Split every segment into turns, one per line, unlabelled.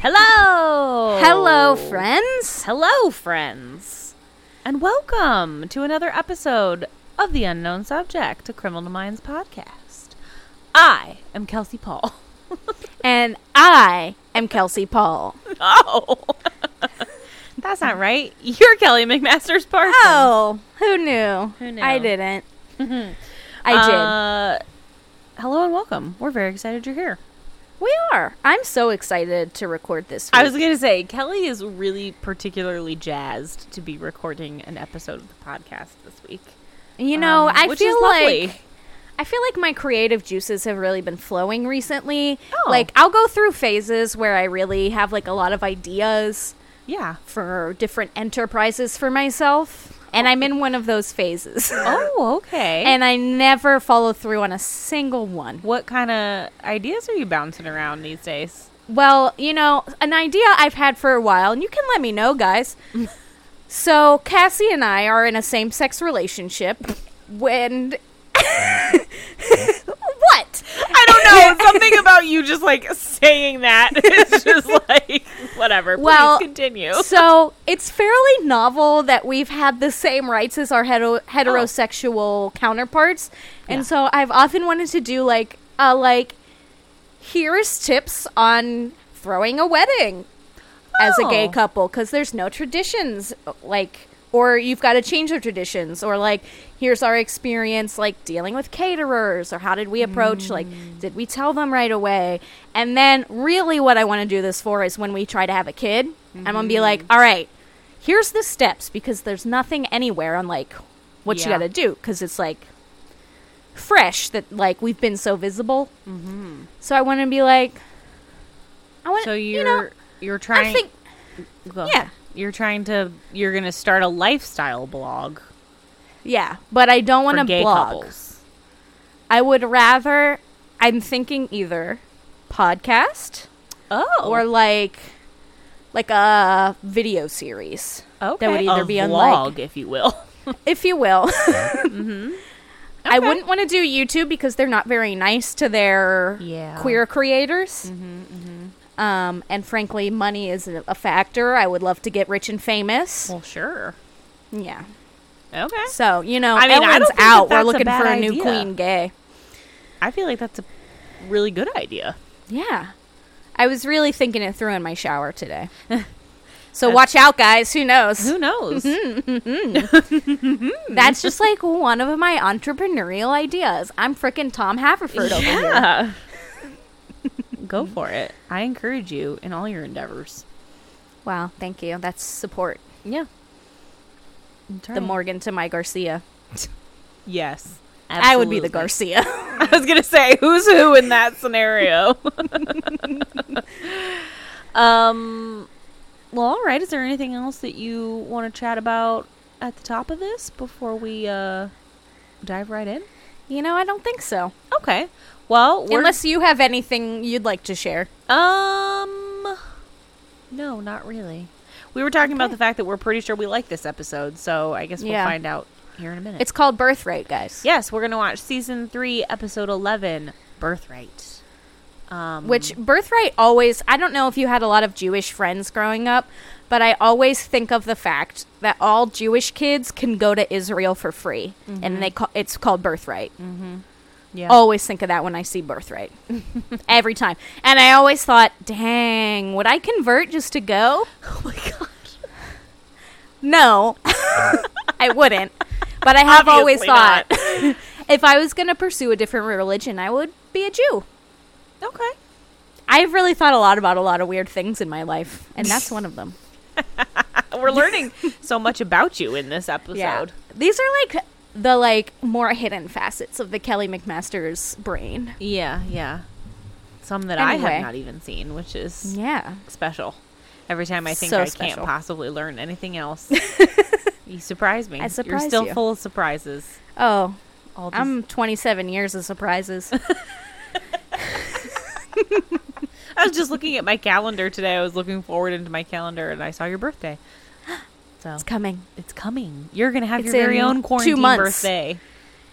Hello!
Hello, friends.
Hello, friends! And welcome to another episode of The Unknown Subject, a Criminal Minds podcast. I am Kelsey Paul.
And I am Kelsey Paul.
Oh! That's not right. You're Kelly McMaster's parson.
Oh, who knew?
Who knew? Uh,
I didn't. I
did. Hello and welcome. We're very excited you're here.
did. We are. I'm so excited to record this. Week.
I was going to say, Kelly is really particularly jazzed to be recording an episode of the podcast this week.
you know,
Um,
I
which is
feel
lovely.
like I feel like my creative juices have really been flowing recently.
Oh.
Like I'll go through phases where I really have like a lot of ideas
Yeah.
for different enterprises for myself, and I'm in one of those phases.
Oh, okay.
and I never follow through on a single one.
What kind of ideas are you bouncing around these days?
Well, you know, an idea I've had for a while, and you can let me know, guys. so, Cassie and I are in a same sex relationship. When. what?
I don't know. Something about you just like saying that. It's just like whatever.
Well,
Please continue.
so, it's fairly novel that we've had the same rights as our hetero- heterosexual counterparts. And
Yeah.
so, I've often wanted to do like, uh, like, here's tips on throwing a wedding. as a gay
Oh.
couple because there's no traditions like or you've got to change the traditions or like here's our experience like dealing with caterers or how did we approach like
Mm.
did we tell them right away and then really what i want to do this for is when we try to have a kid i'm gonna be
Mm-hmm.
like all right here's the steps because there's nothing anywhere on like what you
Yeah.
gotta do because it's like fresh that like we've been so visible so i want to be like i want
Mm-hmm. So
to
you're
you know
you're trying.
i think
go
yeah.
ahead. You're trying to. You're gonna start a lifestyle blog
Yeah, but I don't want
for
to
gay
blog.
couples.
I would rather. I'm thinking either podcast
Oh,
or like like a video series,
okay.
would either
a
be on,
vlog,
like-
if you will.
if you will. Mm-hmm. I
Okay.
wouldn't want to do YouTube because they're not very nice to their
Yeah. Mm-hmm,
queer creators. Um, and frankly, money is a a factor. I would love to get rich and famous.
Well, sure.
yeah.
Okay.
So you know,
I mean, I don't
Ellen's
think that
out. We're
that's a
looking
bad
for a new
idea.
queen gay.
I feel like that's a really good idea.
Yeah. I was really thinking it through in my shower today. so watch out, guys. Who knows?
Who knows?
That's just like one of my entrepreneurial ideas. I'm freaking Tom Haverford over here.
Yeah. Go for it. I encourage you in all your endeavors.
Wow. Thank you. That's support.
Yeah.
The Morgan to my Garcia.
Yes.
I would be the
Garcia.
Garcia.
I was going to say, who's who in that scenario? um, well, all right. Is there anything else that you want to chat about at the top of this before we uh, dive right in?
you know, I don't think so.
Okay. Well, we're
Unless you have anything you'd like to share.
Um, no, not really. We were talking about the fact that we're pretty sure we like this episode, so I guess we'll
Yeah.
find out here in a minute.
It's called Birthright, guys.
yes, we're gonna watch season three, episode eleven, Birthright. Um,
Which birthright always, I don't know if you had a lot of Jewish friends growing up, but I always think of the fact that all Jewish kids can go to Israel for free, and they call, it's called birthright.
yeah,
Always think of that when I see birthright, every time. And I always thought, dang, would I convert just to go?
oh my god,
No, I wouldn't. But I have always
Obviously
thought if I was going to pursue a different religion, I would be a Jew.
okay,
I've really thought a lot about a lot of weird things in my life, and that's one of them.
we're learning so much about you in this episode.
These are like the like more hidden facets of the Kelly McMaster's brain.
yeah, yeah. some that I
Anyway.
have not even seen, which is
Yeah.
special. Every time I think
So
I
special.
can't possibly learn anything else, you surprise me.
I
You're
surprise
still
you.
full of surprises.
Oh,
All these-
I'm 27 years of surprises.
I was just looking at my calendar today. I was looking forward into my calendar, and I saw your birthday. So
it's coming.
it's coming. You're gonna have
It's
your very
in
own
two
quarantine
months.
birthday.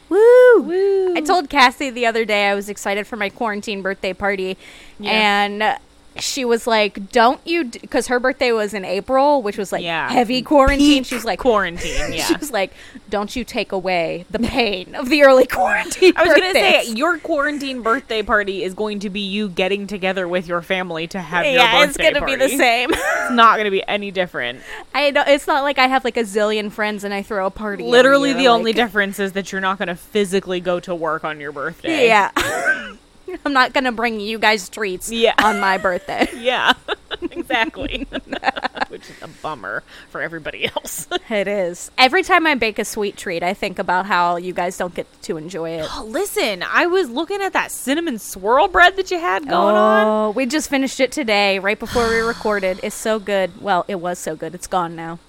Woo!
Woo!
I told Cassie the other day I was excited for my quarantine birthday party,
Yeah.
and she was like, "Don't you?" Because her birthday was in April, which was like
Yeah.
heavy quarantine. She was like,
quarantine.
She
Yeah.
was like, "Don't you take away the pain of the early quarantine."
I was going to say
birthdays."
your quarantine birthday party is going to be you getting together with your family to have
yeah,
your
it's
birthday
gonna be the
party.
same.
It's not going to be any different.
I don't, it's not like I have like a zillion friends and I throw a party. every
Literally,
year,
the
like-
only difference is that you're not going to physically go to work on your birthday.
Yeah. I'm not gonna bring you guys treats
Yeah.
on my birthday.
Yeah. exactly. Which is a bummer for everybody else.
It is. Every time I bake a sweet treat, I think about how you guys don't get to enjoy it.
Oh, listen, I was looking at that cinnamon swirl bread that you had going on.
Oh, we just finished it today, right before we recorded. It's so good. Well, it was so good. It's gone now.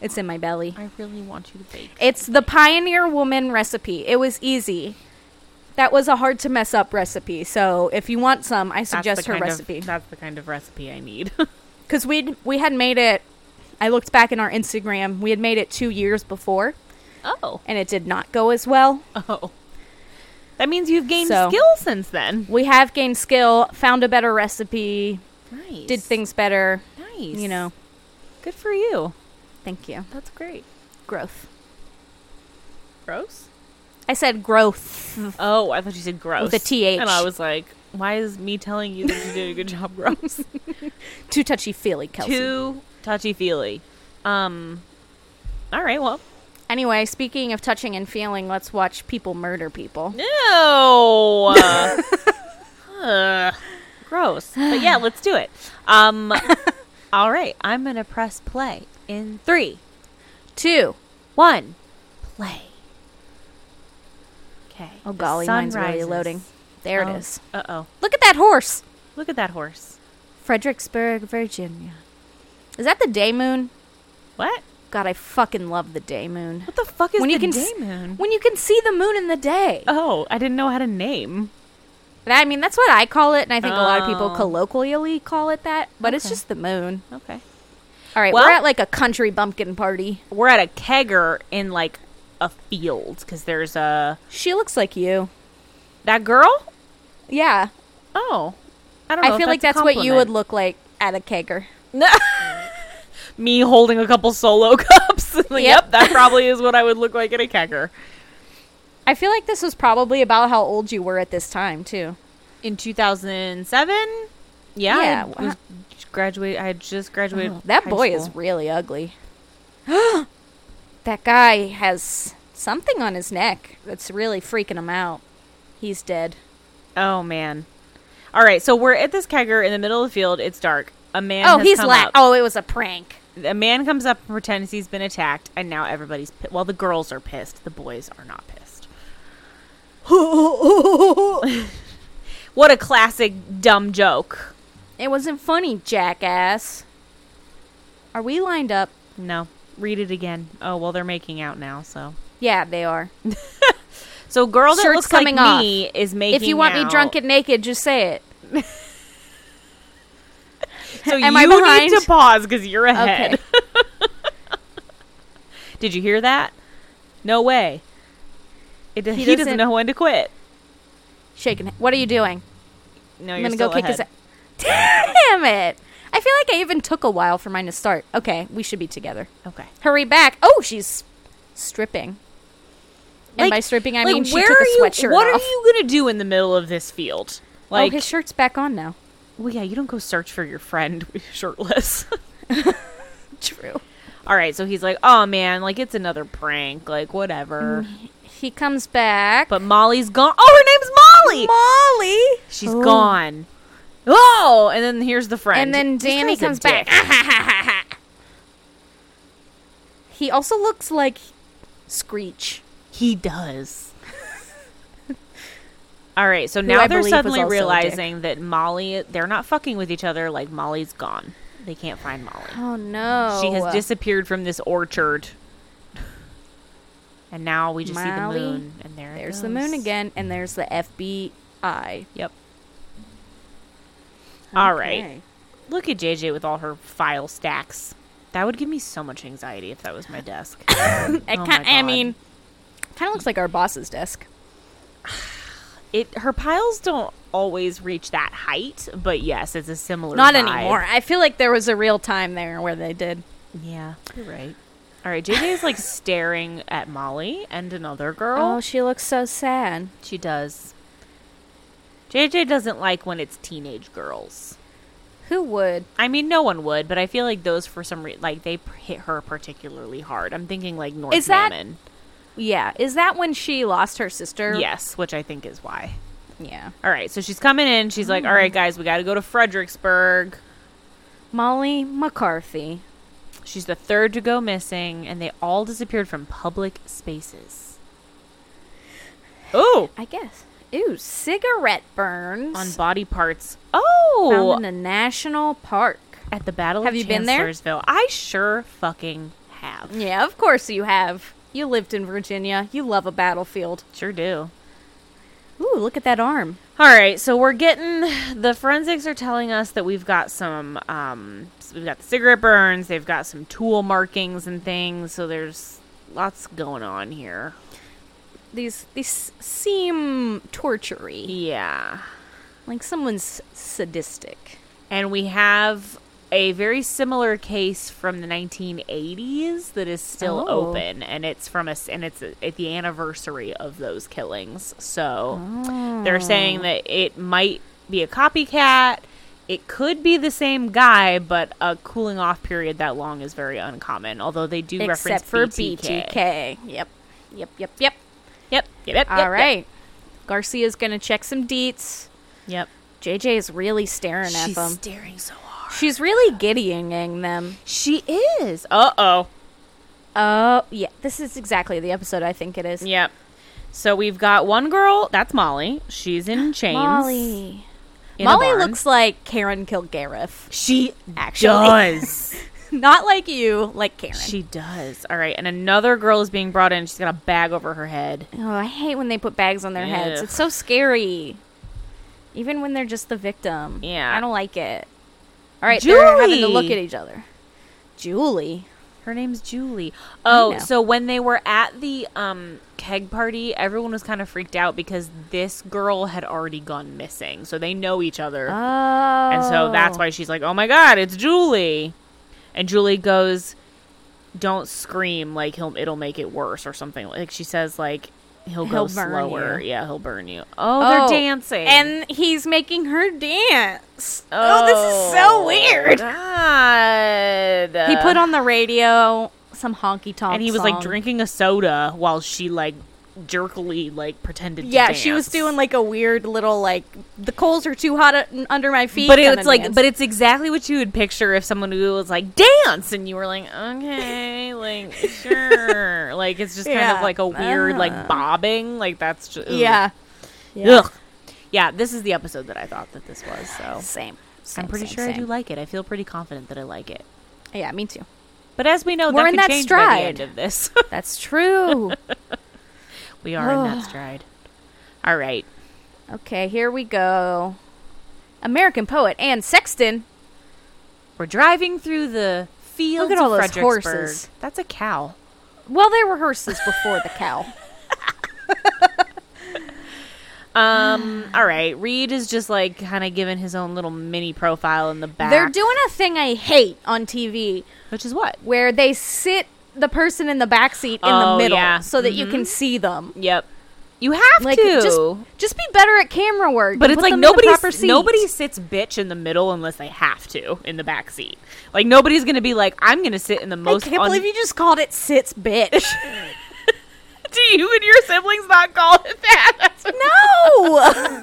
It's in my belly.
I really want you to bake.
It's the Pioneer Woman recipe. It was easy. That was a hard to mess up recipe. So if you want some, I
That's
suggest
the
her
kind of-
recipe.
that's the kind of recipe I need.
because we we had made it. I looked back in our Instagram. We had made it two years before,
oh.
and it did not go as well.
Oh. That means you've gained
So-
skill since then.
We have gained skill, found a better recipe,
Nice.
did things better.
nice.
You know,
Good for you.
thank you.
That's great.
Growth.
Gross?
I said growth.
Oh, I thought you said gross.
With a TH.
And I was like, why is me telling you that you did a good job gross?
Too touchy feely, Kelsey.
Too touchy feely. Um all right, well.
Anyway, speaking of touching and feeling, let's watch people murder people.
No. Uh, Ugh. gross. But yeah, let's do it. Um all right, I'm gonna press play in three,
Two.
one, play. Okay.
Oh golly, mine's really loading. There it is.
Uh oh.
Look at that horse.
Look at that horse.
Fredericksburg, Virginia. Is that the day moon?
What?
God, I fucking love the day moon.
What the fuck is
When
the
you can
day
s-
moon?
When you can see the moon in the day.
oh, I didn't know how to name.
I mean, that's what I call it, and I think a lot of people
Oh.
colloquially call it that, but it's
Okay.
just the moon.
Okay.
All right,
Well-
we're at like a country bumpkin party.
We're at a kegger in like a field because there's a
She looks like you.
that girl.
Yeah.
Oh, I don't. know
I
if
feel like that's
a
what you would
compliment.
look like at a kegger.
me holding a couple solo cups. Like, yep.
Yep.
that probably is what I would look like in a kegger.
I feel like this was probably about how old you were at this time, too.
In 2007, yeah, I
Yeah,
was
wha-
graduate. I had just graduated.
Oh, that
high
boy is
school.
really ugly. that guy has something on his neck that's really freaking him out. He's dead.
oh man. All right, so we're at this kegger in the middle of the field. It's dark. A man.
oh,
has
he's
come
la-
up.
Oh, it was a prank.
A man comes up and pretends he's been attacked, and now everybody's. Pi- well, the girls are pissed. The boys are not pissed. What a classic dumb joke.
it wasn't funny, jackass. Are we lined up?
No, read it again. Oh well, they're making out now, so.
Yeah, they are.
So girl that
Shirt's
looks like
coming off.
me is making
if you want me
out.
drunk and naked, just say it.
so
am
you
I
need to
behind?
pause because you're ahead.
Okay.
Did you hear that? No way. It, he, doesn't,
doesn't-
know when to quit.
Shaking. What are you doing?
No,
I'm
you're
gonna go
still
kick his.
ahead.
a- Damn it! I feel like I even took a while for mine to start. Okay, we should be together.
Okay.
Hurry back! Oh, she's stripping. And
Like-
by stripping, I
like,
mean she
where
took
are
a
you,
sweatshirt
What
off.
are you gonna do in the middle of this field? Like,
oh, his shirt's back on now.
well, yeah, you don't go search for your friend shirtless.
True.
All right, so he's like, "Oh man, like it's another prank, like whatever."
He comes back.
But Molly's gone. Oh, her name's Molly.
Molly,
She's
Oh.
gone. Oh, and then here's the friend.
And then
This
Danny
guy's a
comes back.
dick.
He also looks like Screech.
He does. All right, so
who
now
I
they're
believe was
suddenly
also a dick.
realizing that Molly, they're not fucking with each other. Like, Molly's gone. They can't find Molly.
Oh no.
She has disappeared from this orchard. And now we just
Molly,
see the moon. And there it
There's the moon
goes.
again, and there's the FBI.
Yep. All right.
Okay.
Look at JJ with all her file stacks. That would give me so much anxiety if that was my desk.
It
Oh
ki-
my
I
God.
mean, kind of looks like our boss's desk.
it her piles don't always reach that height, but yes, it's a similar.
Not
vibe.
anymore. I feel like there was a real time there where they did.
Yeah, you're right. All right, JJ is like staring at Molly and another girl.
Oh, she looks so sad.
she does. JJ doesn't like when it's teenage girls.
Who would?
I mean, no one would, but I feel like those for some reason, like they p- hit her particularly hard. I'm thinking like North
Is that-
Mammon.
Yeah. Is that when she lost her sister?
Yes, which I think is why.
Yeah.
All right, so she's coming in.
Oh
She's like, "All right, guys, we got to go to Fredericksburg."
Molly McCarthy.
She's the third to go missing, and they all disappeared from public spaces. Oh,
I guess. Ooh, cigarette burns.
on body parts. Oh,
found in a national park.
at the Battle
Have
of
you been there?
Chancellorsville. I sure fucking have.
Yeah, of course you have. You lived in Virginia. You love a battlefield.
Sure do.
Ooh, look at that arm.
All right, so we're getting the forensics are telling us that we've got some um s- we've got the cigarette burns, they've got some tool markings and things, so there's lots going on here.
These these seem tortury.
Yeah.
Like someone's sadistic.
And we have a very similar case from the 1980s that is still
Oh.
open and it's from us and it's at the anniversary of those killings. So
Oh.
they're saying that it might be a copycat. It could be the same guy, but a cooling off period that long is very uncommon. Although they do reference
Except for
BTK.
BTK. Yep. Yep, yep, yep.
Yep. Yep. Yep.
All
yep,
right. Garcia's going to check some deets.
Yep.
JJ is really staring at
She's
them.
staring so hard.
She's really giddying them.
She is. Uh oh.
Oh, yeah. This is exactly the episode I think it is.
Yep. So we've got one girl. That's Molly. She's in chains.
Molly.
in a
Molly
barn.
looks like Karen Kilgariff.
She
Actually.
does.
Not like you, like Karen.
she does. All right. And another girl is being brought in. She's got a bag over her head.
oh, I hate when they put bags on their heads.
Ugh.
It's so scary. Even when they're just the victim.
Yeah.
I don't like it. All right, they're having to look
Julie.
at each other. Julie.
Her name's Julie. Oh,
know.
so when they were at the um, keg party, everyone was kind of freaked out because this girl had already gone missing. So they know each other.
Oh.
And
And
so that's why she's like, "Oh my god, it's Julie." And Julie goes, "Don't scream like he'll it'll make it worse or something." Like she says like he'll, go
He'll burn
slower.
you.
Yeah, he'll burn you. Oh,
Oh,
they're dancing.
And he's making her dance. Oh, this is so
Oh,
weird.
God.
He put on the radio some honky tonk
and he was like drinking a soda while she like jerkily like pretended to
Yeah, she was
dance.
doing like a weird little like the coals are too hot u- under my feet.
but
kinda
it's like,
dance.
but it's exactly what you would picture if someone who was like dance, and you were like, okay, like sure, like it's just kind
Yeah.
of like a weird
Uh-huh.
like bobbing, like that's just
yeah,
ugh, yeah. This is the episode that I thought that this was, so
same.
I'm
Same,
pretty
same,
sure I
same.
do like it. I feel pretty confident that I like it.
Yeah, me too.
But as we know,
We're
that
in
could
that
change by the
stride.
end of this.
That's true.
we are in
Ugh.
that stride. All right,
okay, here we go. American poet Anne Sexton.
we're driving through the fields.
all
of
those
Fredericksburg.
horses.
That's a cow.
Well, there were horses before the cow.
Um. all right. Reed is just like kind of giving his own little mini profile in the back.
They're doing a thing I hate on TV
which is what?
where they sit the person in the back seat in
Oh,
the middle
yeah.
so that you can see them.
Yep. You have
Like
to.
just just be better at camera work.
but
and
it's
put
like
them in the
nobody
proper
s-
seat.
nobody sits bitch in the middle unless they have to in the back seat. Like nobody's gonna be like I'm gonna sit in the most.
I can't
un-
believe you just called it sits bitch.
Do you and your siblings not call it that? That's what-
no.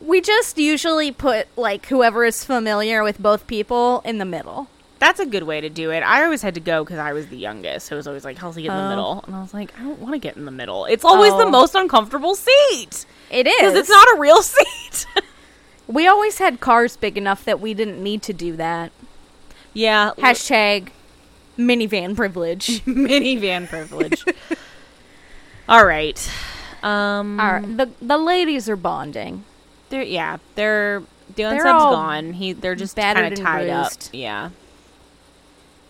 we just usually put like whoever is familiar with both people in the middle.
That's a good way to do it. I always had to go because I was the youngest. So it was always like healthy in the
Oh.
middle. And I was like, I don't want to get in the middle. It's always the
Oh.
most uncomfortable seat
It is.
because it's not a real seat.
We always had cars big enough that we didn't need to do that.
yeah.
Hashtag minivan privilege.
minivan privilege. All right. Um,
All right, the the ladies are bonding.
They're yeah, they're Dylan
They're
Sub's
all
gone. He they're just
battered
kind of
and
tied up.
bruised.
Yeah.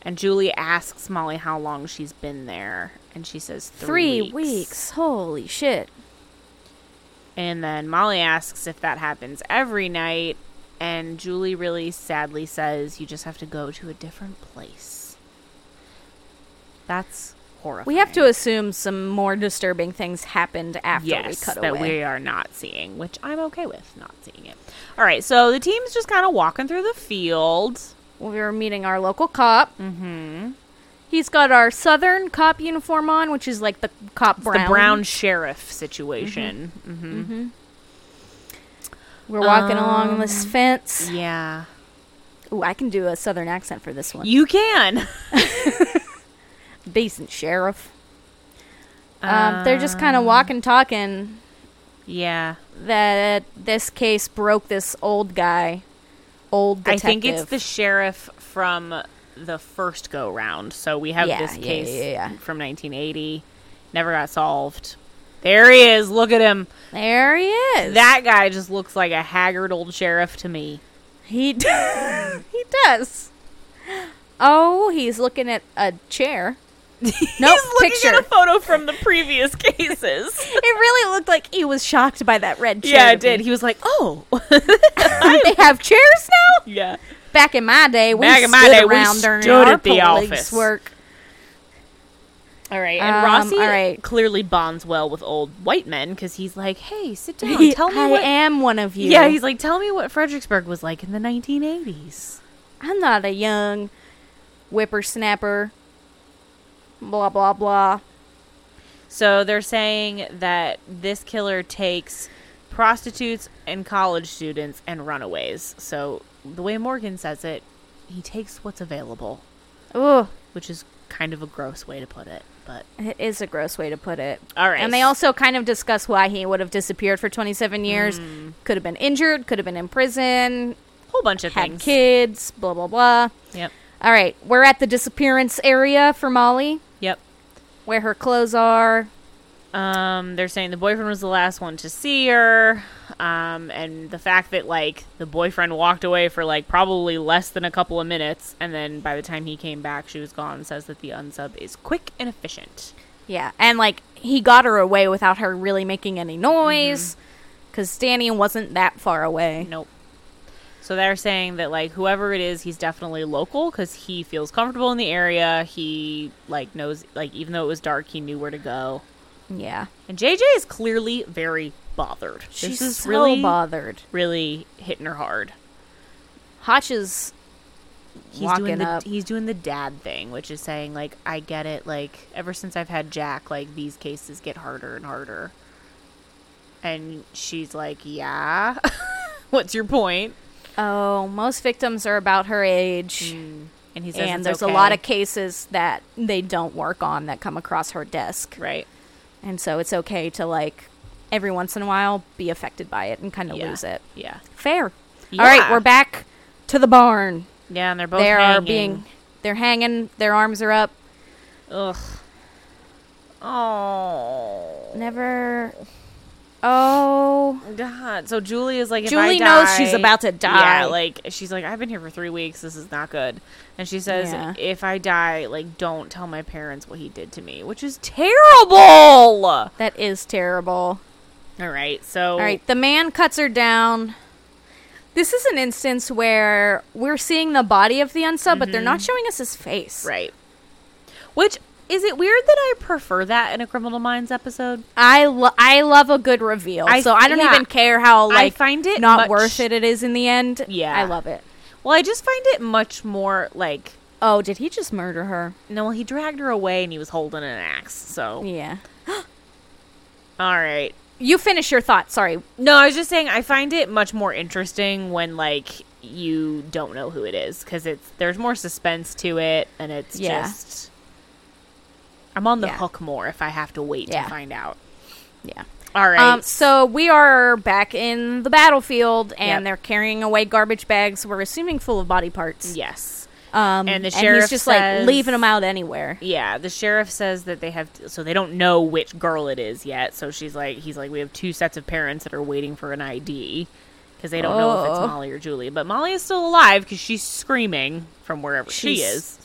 And Julie asks Molly how long she's been there, and she says
Three
three,
weeks. Holy shit.
And then Molly asks if that happens every night, and Julie really sadly says you just have to go to a different place. That's horrifying.
We have to assume some more disturbing things happened after
yes,
we cut
that
away.
we are not seeing, which I'm okay with not seeing it. All right, so the team's just kind of walking through the field.
We were meeting our local cop. Mm-hmm. He's got our southern cop uniform on, which is like the cop brown. Mm-hmm.
the brown sheriff situation. hmm
We're walking along this
Mm-hmm.
fence.
Yeah,
Um, Ooh, I can do a southern accent for this one.
you can.
Decent sheriff. um, they're just kind of walking, talking.
yeah.
that this case broke this old guy, old
I
detective.
think it's the sheriff from the first go round. So we have
Yeah,
this
yeah,
case
yeah, yeah.
from 1980, never got solved. There he is. Look at him.
there he is.
That guy just looks like a haggard old sheriff to me.
he d- he does. Oh, he's looking at a chair. Nope,
He's looking
picture.
at a photo from the previous cases.
It really looked like he was shocked by that red chair.
yeah, it
to me.
did. He was like, "Oh,
they have chairs now.
yeah."
Back in my day, we
Back in my
stood
day, we
around during
stood
our
at the
police
office.
work.
All right, and
Um,
Rossi
all right.
clearly bonds well with old white men because he's like, "Hey, sit down, tell me
I
what."
am one of you.
Yeah, he's like, "Tell me what Fredericksburg was like in the 1980s."
I'm not a young whippersnapper. Blah blah blah.
So they're saying that this killer takes prostitutes and college students and runaways. So the way Morgan says it, he takes what's available,
Ugh.
which is kind of a gross way to put it, but
It is a gross way to put it.
All right.
And they also kind of discuss why he would have disappeared for 27 years.
Mm.
Could have been injured, could have been in prison,
whole bunch of
had
things.
kids, blah, blah, blah.
Yep.
All right, we're at the disappearance area for Molly,
Yep.
where her clothes are.
Um, they're saying the boyfriend was the last one to see her. Um, and the fact that like the boyfriend walked away for like probably less than a couple of minutes, and then by the time he came back, she was gone. Says that the unsub is quick and efficient.
Yeah. And, like, he got her away without her really making
Mm-hmm.
any noise, because Danny wasn't that far away.
Nope. So they're saying that like whoever it is, he's definitely local because he feels comfortable in the area. He like knows like even though it was dark, he knew where to go.
Yeah.
And JJ is clearly very bothered.
She's
this is
so
really
bothered.
really hitting her hard.
Hotch is
he's
walking
doing the
up.
he's doing the dad thing, which is saying like I get it. Like ever since I've had Jack, like these cases get harder and harder. And she's like, "Yeah, what's your point?"
oh, most victims are about her age.
And Mm, he says,
Mm. and
"It's
there's
okay."
a lot of cases that they don't work on that come across her desk
right,
and so it's okay to like every once in a while be affected by it and kind of
yeah.
lose it
Yeah,
fair all right
Yeah.
we're back to the barn
yeah, and they're both
they are
hanging.
being they're hanging their arms are up
ugh. Oh
never oh
God! So Julie is like, if I
Julie knows she's
die-
about to die.
Yeah, like she's like, I've been here for three weeks. This is not good. And she says,
Yeah.
if I die, like, don't tell my parents what he did to me, which is terrible. All
that is terrible
Oh. right, so
All right, the man cuts her down. This is an instance where we're seeing the body of the unsub, but they're not showing us his face.
Mm-hmm. right. Which is it weird that I prefer that in a Criminal Minds episode?
I lo- I love a good reveal,
I-
so I don't
yeah.
even care how
I
like
find it
not
much-
worth it. It is in the end.
Yeah.
I love it.
Well, I just find it much more like.
Oh, did he just murder her?
No, well, he Oh. dragged her away and he was holding an axe. So
Yeah,
All right.
you finish your thought. Sorry.
No, I was just saying I find it much more interesting when like you don't know who it is because it's there's more suspense to it and it's
Yeah.
just I'm on the
Yeah.
hook more if I have to wait
Yeah.
to find out.
Yeah.
All right.
Um, so we are back in the battlefield, and
Yep.
they're carrying away garbage bags. We're assuming full of body parts.
yes.
Um,
And the
he's
sheriff
just
says-
like leaving them out anywhere.
Yeah, the sheriff says that they have, so they don't know which girl it is yet. So she's like, he's like, we have two sets of parents that are waiting for an ID because they don't know if it's
Oh.
Molly or Julie. But Molly is still alive because she's screaming from wherever she
She's
is. uh,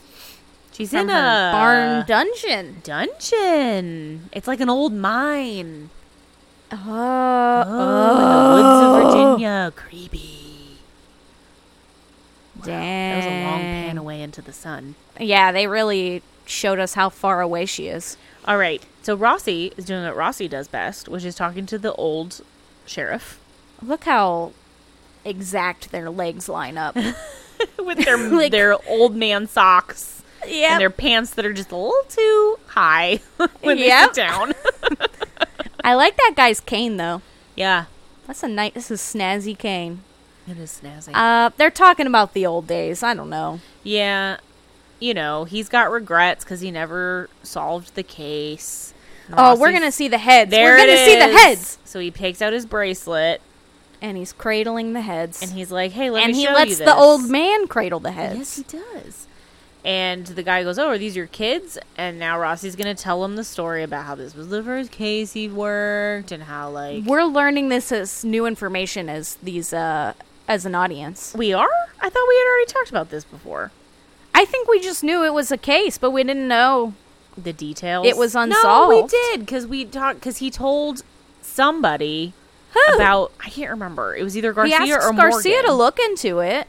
She's
From
in
her
a
barn dungeon.
dungeon. It's like an old mine.
Oh,
Oh, in the woods of Virginia. Creepy. That
Dang.
was a long pan away into the sun.
Yeah, they really showed us how far away she is.
All right. So Rossi is doing what Rossi does best, which is talking to the old sheriff
Look how exact their legs line up.
with their
Like-
their old man socks
yeah,
and their pants that are just a little too high when they
Yep.
sit down.
I like that guy's cane though.
yeah.
That's a nice, this is snazzy cane.
It is snazzy.
Uh, they're talking about the old days. I don't know.
yeah. You know, he's got regrets because he never solved the case.
Oh, we're
Rossi's-
gonna see the heads.
There
we're gonna
it
see the
is.
heads.
So he takes out his bracelet
And he's cradling the heads.
and he's like, "Hey, let
And
me
he
show
lets
you
the
this.
old man cradle the
Yes,
heads.
he does. And the guy goes, "Oh, are these your kids?" And now Rossi's gonna tell him the story about how this was the first case he worked and how like
We're learning this as new information as these uh as an audience.
we are. I thought we had already talked about this before.
I think we just knew it was a case, but we didn't know.
The details.
It was
No, we
unsolved.
did because we talked because he told somebody
Who?
about I can't remember. It was either
he
Garcia
asks
or
Garcia
Morgan.
to look into it.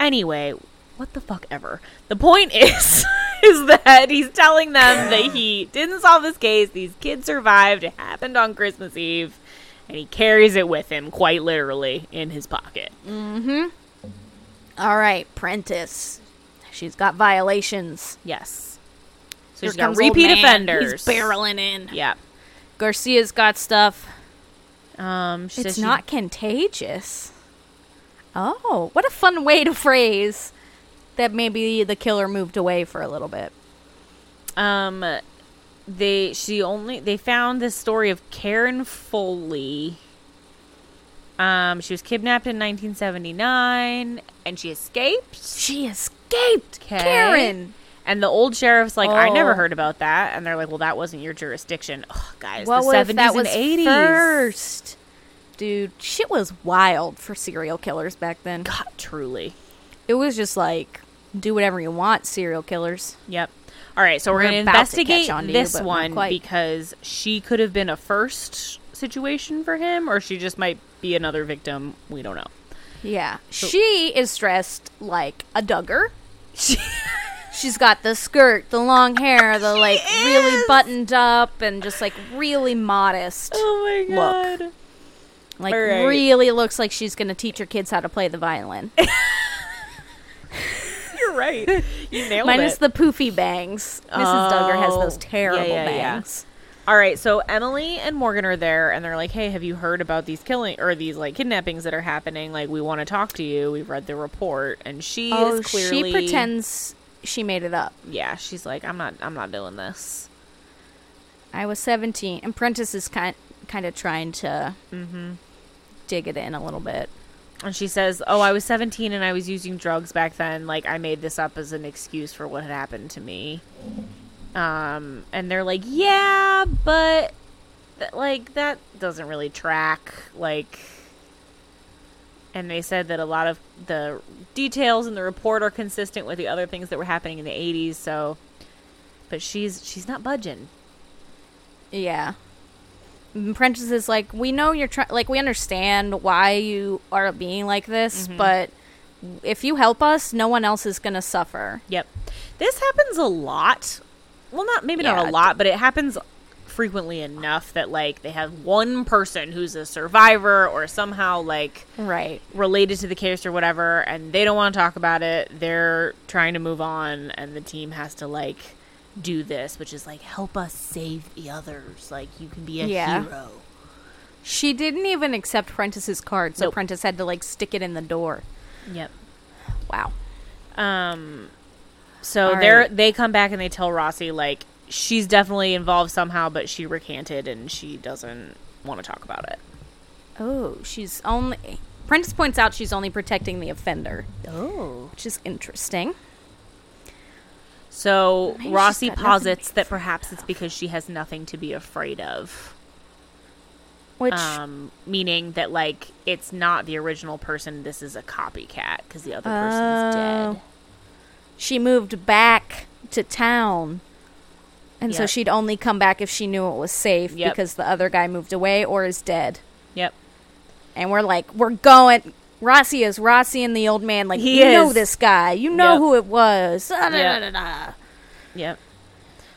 anyway what the fuck ever the point is is that he's telling them that he didn't solve this case these kids survived it happened on christmas eve and he carries it with him quite literally in his pocket
All right, Prentice. She's got violations.
yes so
Here
he's got
comes old
repeat
man.
offenders
He's barreling in.
yeah
Garcia's got stuff.
um she says
it's
she-
not contagious. Oh, what a fun way to phrase that maybe the killer moved away for a little bit.
um they she only they found this story of Karen Foley. Um, she was kidnapped in 1979 and she escaped.
She escaped,
'Kay.
Karen.
And the old sheriff's like, I
Oh.
never heard about that. And they're like, well, that wasn't your jurisdiction. Oh, guys,
What
the
was
70s
that was
and 80s.
first? Dude, shit was wild for serial killers back then.
God, truly.
It was just like do whatever you want, serial killers.
Yep. All right, so we're,
We're
going to
about to catch
investigate
on to you,
this
but not
one
quite.
because she could have been a first situation for him, or she just might be another victim. We don't know.
Yeah. She is dressed like a Duggar. She's got the skirt, the long hair, the like really
is!
buttoned up and just like really modest.
Oh my
Look.
God.
Like
alright.
really looks like she's going to teach her kids how to play the violin.
You're right. You nailed
Minus
it.
the poofy bangs. Mrs. Duggar has
Oh.
those
Yeah,
terrible
yeah, yeah.
bangs.
All right, so Emily and Morgan are there, and they're like, "Hey, have you heard about these killing or these like kidnappings that are happening? Like, we want to talk to you. We've read the report." And she
Oh,
is clearly
she pretends she made it up.
Yeah, she's like, "I'm not, I'm not doing this."
I was 17 and Prentice is kind kind of trying to
Mm-hmm.
dig it in a little bit.
And she says, "Oh, I was 17 and I was using drugs back then. Like, I made this up as an excuse for what had happened to me." Um, and they're like, "Yeah, but th- like that doesn't really track." Like, and they said that a lot of the details in the report are consistent with the other things that were happening in the 80s. So, but she's she's not budging.
Yeah. And Prentice is like, we know you're trying, like, we understand why you are being like this,
Mm-hmm.
but if you help us, no one else is going to suffer.
Yep. This happens a lot. Well, not maybe not a
Yeah.
lot, but it happens frequently enough that like they have one person who's a survivor or somehow like
Right.
related to the case or whatever and they don't want to talk about it. They're trying to move on and the team has to like do this, which is like help us save the others. Like you can be a
Yeah.
hero.
She didn't even accept Prentice's card, so
Nope.
Prentice had to like stick it in the door.
Yep.
Wow.
Um, so
All
they're
right.
they come back and they tell Rossi like she's definitely involved somehow, but she recanted and she doesn't want to talk about it.
Oh, she's only. Prentice points out she's only protecting the offender,
Oh.
which is interesting.
So
Maybe she's
Rossi
got nothing to
posits
be
that perhaps it's because she has nothing to be afraid of.
Which
Um, meaning that like it's not the original person. This is a copycat because the other
Oh.
person's dead.
she moved back to town. And so
Yep.
she'd only come back if she knew it was safe
Yep.
because the other guy moved away or is dead.
Yep.
And we're like, we're going. Rossi is Rossi and the old man. Like,
He
you know
is.
this guy. You know
Yep.
who it was. Ah, da,
Yep.
da, da, da.
Yep.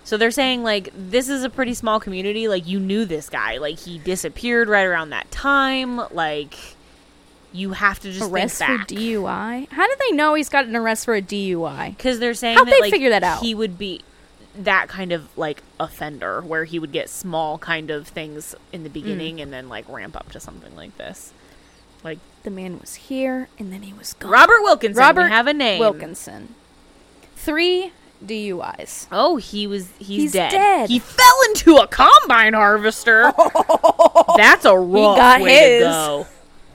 So they're saying like this is a pretty small community. Like you knew this guy. Like he disappeared right around that time. Like you have to just
Arrest for
think back.
DUI? How did they know he's got an arrest for a DUI?
because they're saying
How'd
that
they
like
figure that out?
he would be that kind of like offender where he would get small kind of things in the beginning
Mm.
and then like ramp up to something like this. Like
The man was here and then he was gone.
Robert Wilkinson.
Robert
we have a name.
Wilkinson. Three DUIs.
Oh, he was. He's,
He's
dead.
dead.
He fell into a combine harvester. That's a rough
got
way
his.
to go.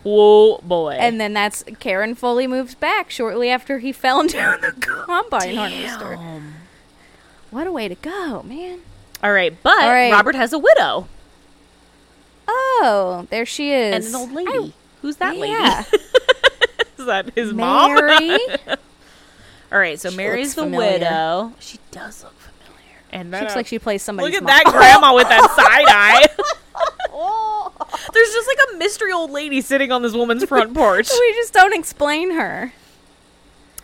Whoa, boy.
And then that's Karen Foley moves back shortly after he fell into the combine harvester.
Damn.
What a way to go, man.
All right, but
All right.
Robert has a widow
Oh, there she is.
and an old lady.
I-
Who's that
Yeah.
lady? Is that his mom?
Mary.
All right, so
She
Mary's
looks
the
familiar.
widow. She does look familiar. And
She
that,
looks like she plays somebody's
look at that
mom.
grandma with that side eye. There's just like a mystery old lady sitting on this woman's front porch.
we just don't explain her.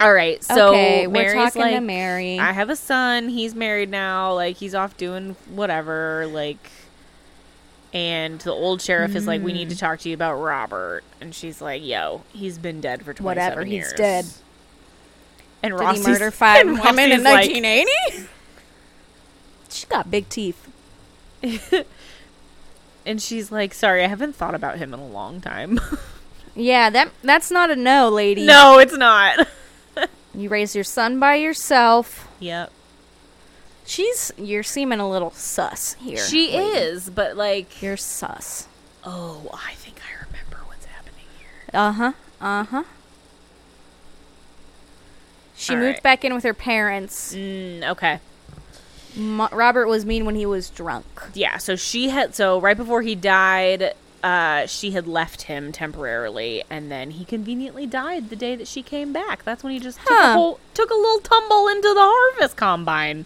All right, so
okay,
Mary's
we're talking
like,
to Mary.
I have a son. He's married now. Like he's off doing whatever. Like, and the old sheriff is like, "We need to
Mm.
talk to you about Robert." And she's like, "Yo, he's been dead for 27
Whatever, he's
years.
dead.
And
Did
Rossi's-
he murder five
and
women in
Rossi's like,
1980? she got big teeth.
and she's like, "Sorry, I haven't thought about him in a long time."
Yeah, that that's not a no, lady.
no, it's not.
You raise your son by yourself.
yep,
She's you're seeming a little sus here.
she is. But like,
You're sus.
oh, I think I remember what's happening here.
Uh huh. Uh huh. She
All
moved
right.
back in with her parents.
Mm, okay.
Mo- Robert was mean when he was drunk.
yeah so she had so right before he died uh she had left him temporarily and then he conveniently died the day that she came back that's when he just took, a,
Huh.
whole, took a little tumble into the harvest combine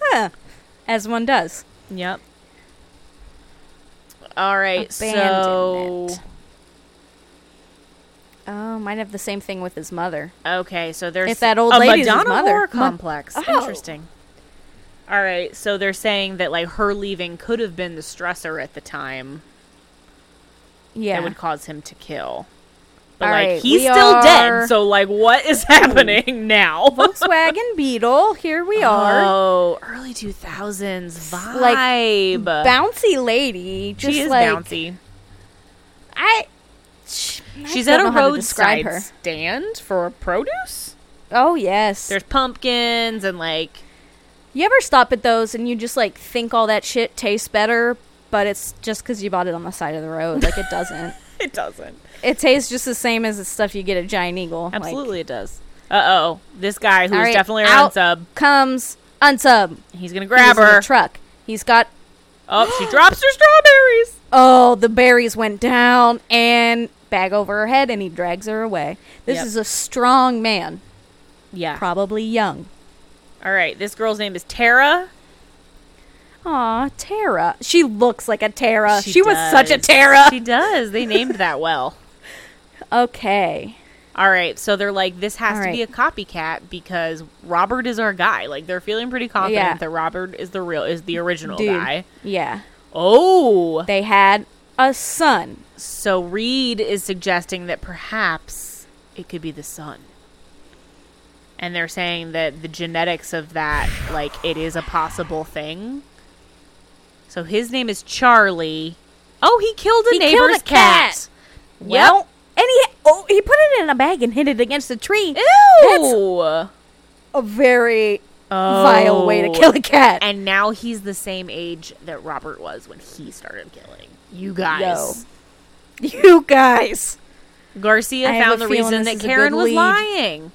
Huh. As one does.
yep all right so
Abandonment. Oh, might have the same thing with his mother.
okay so there's
If that old
a
lady's his
madonna
mother.
horror
Ma-
complex
Oh.
interesting all right so they're saying that like her leaving could have been the stressor at the time
Yeah.
that would cause him to kill. But
All
like
right,
he's
we
still
are-
dead, so like what is happening now?
Volkswagen Beetle. Here we are.
Oh, early two thousands vibe.
like, bouncy lady.
she
Just
is
like
bouncy.
I. sh- I
She's
don't
at
know
a
how to describe
roadside
her.
stand for produce.
Oh yes.
There's pumpkins and like
You ever stop at those and you just like think all that shit tastes better, but it's just because you bought it on the side of the road? Like it doesn't.
it doesn't.
it tastes just the same as the stuff you get at Giant Eagle. Like,
Absolutely, it does. Uh oh, this guy who's
all right,
definitely
out
around sub.
comes unsub.
He's gonna
He's
grab
in
her.
the truck. He's got
oh, she drops her strawberries.
oh the berries went down and bag over her head and he drags her away. This
Yep.
is a strong man,
Yeah.
probably young.
All right, this girl's name is Tara.
Aw, Tara. She looks like a Tara. Uh, She,
She
was such a
does.
Tara.
She does. They named that well.
okay.
All right, so they're like, this has
All
to be a
right.
copycat because Robert is our guy. Like they're feeling pretty confident
Yeah.
that Robert is the real is the original
Dude.
guy.
Yeah.
Oh,
They had a son.
so Reed is suggesting that perhaps it could be the son, and they're saying that the genetics of that, like, it is a possible thing. So his name is Charlie. Oh, he killed a
He killed
neighbor's
a cat.
Well,
and he oh he put it in a bag and hid it against a tree.
ew.
A very vile way to kill a cat.
Oh. And now he's the same age that Robert was when he started killing. You guys.
you guys.
Garcia
I have
found the
a feeling
reason
this
that
is a
Karen
good
was
lead.
lying.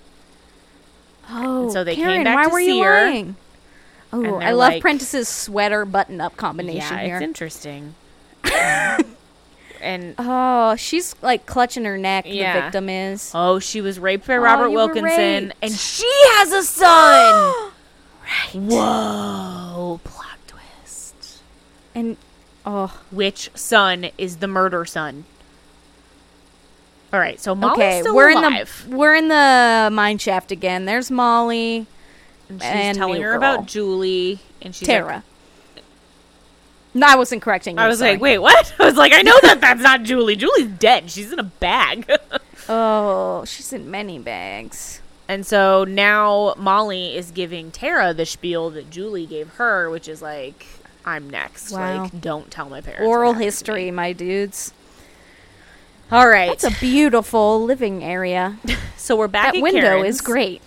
Oh,
so they came
Karen,
back
why
to
were
see
you
her,
lying?
and
Oh, I
they're
love
like-
Prentice's sweater button-up combination
yeah,
here.
it's interesting. and
oh, she's like clutching her neck. The
Yeah.
victim is.
oh, she was raped by Robert
you were
Wilkinson,
raped.
and she has a son. Whoa, plot twist.
and oh,
Which son is the murder son? All right, so Molly's
okay,
still
we're
alive.
in the we're in the mine shaft again. There's Molly,
and she's
and
telling
new
her
girl.
about Julie, and she's like-
Tara. no, I wasn't correcting. You,
I was
sorry.
like, wait, what? I was like, I know that that's not Julie. Julie's dead. She's in a bag.
Oh, she's in many bags.
and so now Molly is giving Tara the spiel that Julie gave her, which is like, I'm next.
Wow.
Like, don't tell my parents. what
Oral
happened to
history,
me.
my dudes.
All right.
It's a beautiful living area.
so we're back
That
at
window
Karen's.
is great.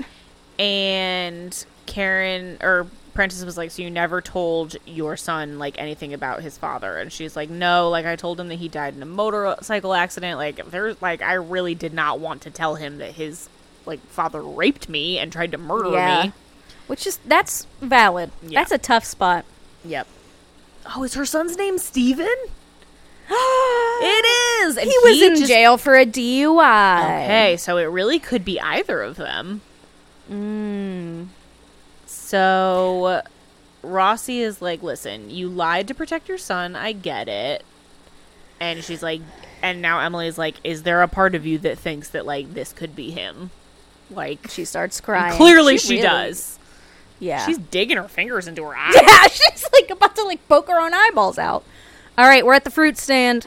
and Karen or Prentice was like, "So you never told your son like anything about his father?" And she's like, "No, like I told him that he died in a motorcycle accident. Like there's like I really did not want to tell him that his like father raped me and tried to murder
Yeah.
me."
Which is that's valid.
Yeah.
That's a tough spot.
Yep. Oh, is her son's name Steven? It is. And
he was in
just-
jail for a DUI.
Okay, so it really could be either of them.
Mm.
So Rossi is like, listen, you lied to protect your son. I get it. And she's like, and now Emily's like, is there a part of you that thinks that like this could be him? Like,
She starts crying.
clearly she,
really-
does.
Yeah.
She's digging her fingers into her eyes. Oh
yeah, she's like about to like poke her own eyeballs out. All right, we're at the fruit stand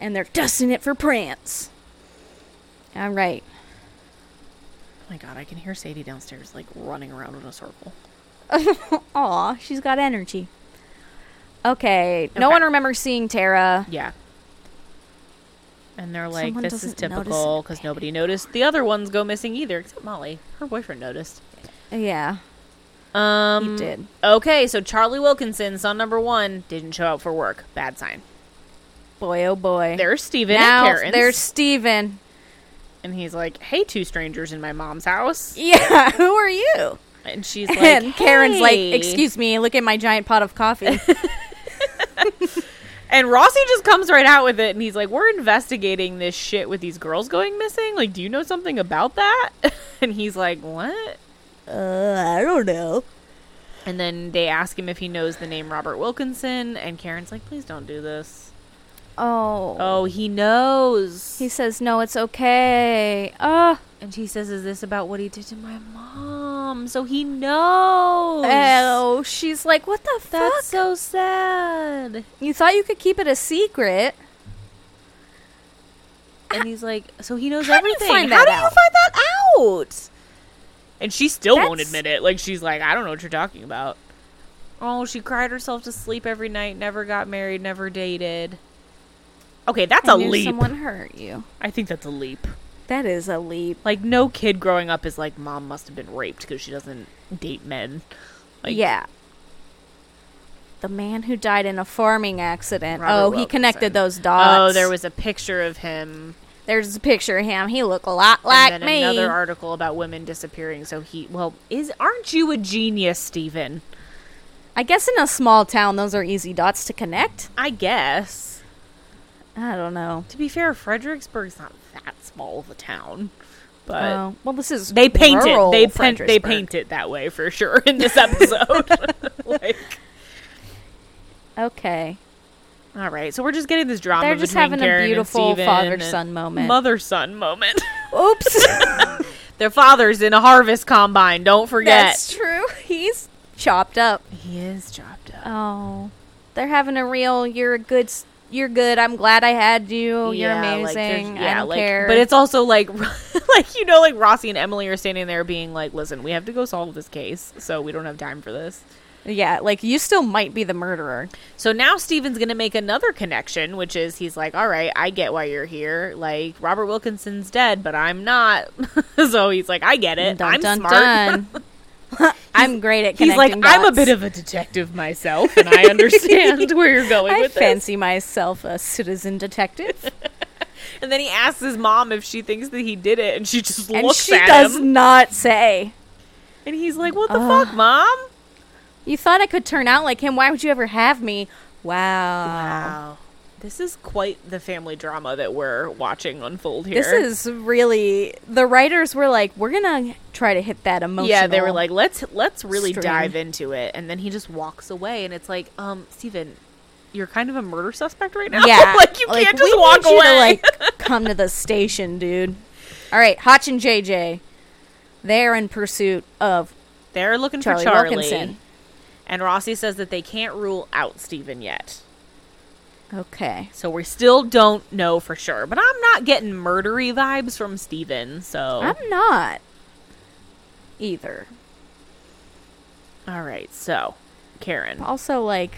and they're dusting it for Prance. All right.
Oh my god, I can hear Sadie downstairs like running around in a circle.
Aw, she's got energy. Okay. No
Okay.
one remembers seeing Tara.
Yeah. And they're like,
Someone
this is
doesn't notice
typical
it.
because nobody noticed. The other ones go missing either, except Molly. Her boyfriend noticed.
Yeah.
Um,
did.
Okay, so Charlie Wilkinson, son number one, didn't show up for work. Bad sign.
Boy, oh boy.
There's Steven
now
and Karen's.
there's Steven.
and he's like, hey, two strangers in my mom's house.
Yeah, who are you?
And she's like,
and Karen's like,
"Hey."
"Excuse me, look at my giant pot of coffee."
And Rossi just comes right out with it and he's like, we're investigating this shit with these girls going missing. Like, do you know something about that? and he's like, what?
uh, I don't know.
And then they ask him if he knows the name Robert Wilkinson. And Karen's like, please don't do this.
Oh.
Oh, he knows.
He says, "No, it's okay." Uh,
And she says, Is this about what he did to my mom? So he knows.
oh, she's like, "What the
That's
fuck?
so sad.
You thought you could keep it a secret?"
And he's like, So he knows
How do you
everything.
find
How
that
do you
out?
find that out? And she still won't
That's-
admit it. Like, she's like, I don't know what you're talking about. Oh, she cried herself to sleep every night, never got married, never dated. Okay, that's
I
a
knew
leap.
Someone hurt you.
I think that's a leap.
That is a leap.
Like, no kid growing up is like, Mom must have been raped because she doesn't date men. Like,
yeah. The man who died in a farming accident.
Robert
oh, he
Wilkinson.
connected those
Oh,
dots.
there was a picture of him
There's a picture of him. He looked a lot like
and then
me.
another article about women disappearing. So he, well, is aren't you a genius, Stephen?
I guess in a small town, those are easy dots to connect.
I guess.
I don't know.
To be fair, Fredericksburg's not that small of a town, but
Oh, well, this is
they paint
rural
it. They paint. They
Fredericksburg.
paint it that way for sure in this episode. like,
Okay,
all right, so we're just getting this drama.
they're just
between
having
Karen
a
and
beautiful
Stephen
father
and
son moment.
mother-son moment.
Oops,
Their father's in a harvest combine. Don't forget.
that's true. He's chopped up.
he is chopped up.
Oh, they're having a real. You're a good. s- You're good. I'm glad I had you. Oh, you're
like, there's-
amazing. I don't
like,
care.
But it's also like, like you know, like Rossi and Emily are standing there being like, "Listen, we have to go solve this case, so we don't have time for this."
Yeah, like you still might be the murderer.
So now Steven's going to make another connection, which is he's like, all right, I get why you're here. Like, Robert Wilkinson's dead, but I'm not. so he's like, I get it. Eh, I'm smart.
dun. I'm great at
He's like,
connecting
I'm a
dots.
bit of a detective myself, and I understand where you're going
I
with this.
fancy myself a citizen detective,
And then he asks his mom if she thinks that he did it, and she just
and
looks
she
at
does
him.
not say.
And he's like, "What the
Ugh.
fuck, mom?"
You thought I could turn out like him? Why would you ever have me? Wow,
this is quite the family drama that we're watching unfold here.
this is really the writers were like, we're gonna try to hit that emotional.
yeah. They were like, "Let's let's really
String.
dive into it," and then he just walks away, and it's like, "Um, Steven, you're kind of a murder suspect right now.
yeah,
like you can't
we
just walk
need you
away."
To, like, come to the station, dude. All right, Hotch and JJ, they're in pursuit of
They're looking
Charlie,
for Charlie,
Wilkinson.
and Rossi says that they can't rule out Steven yet.
Okay,
So we still don't know for sure, but I'm not getting murdery vibes from Steven, so
I'm not either.
all right. So, Karen.
Also, like,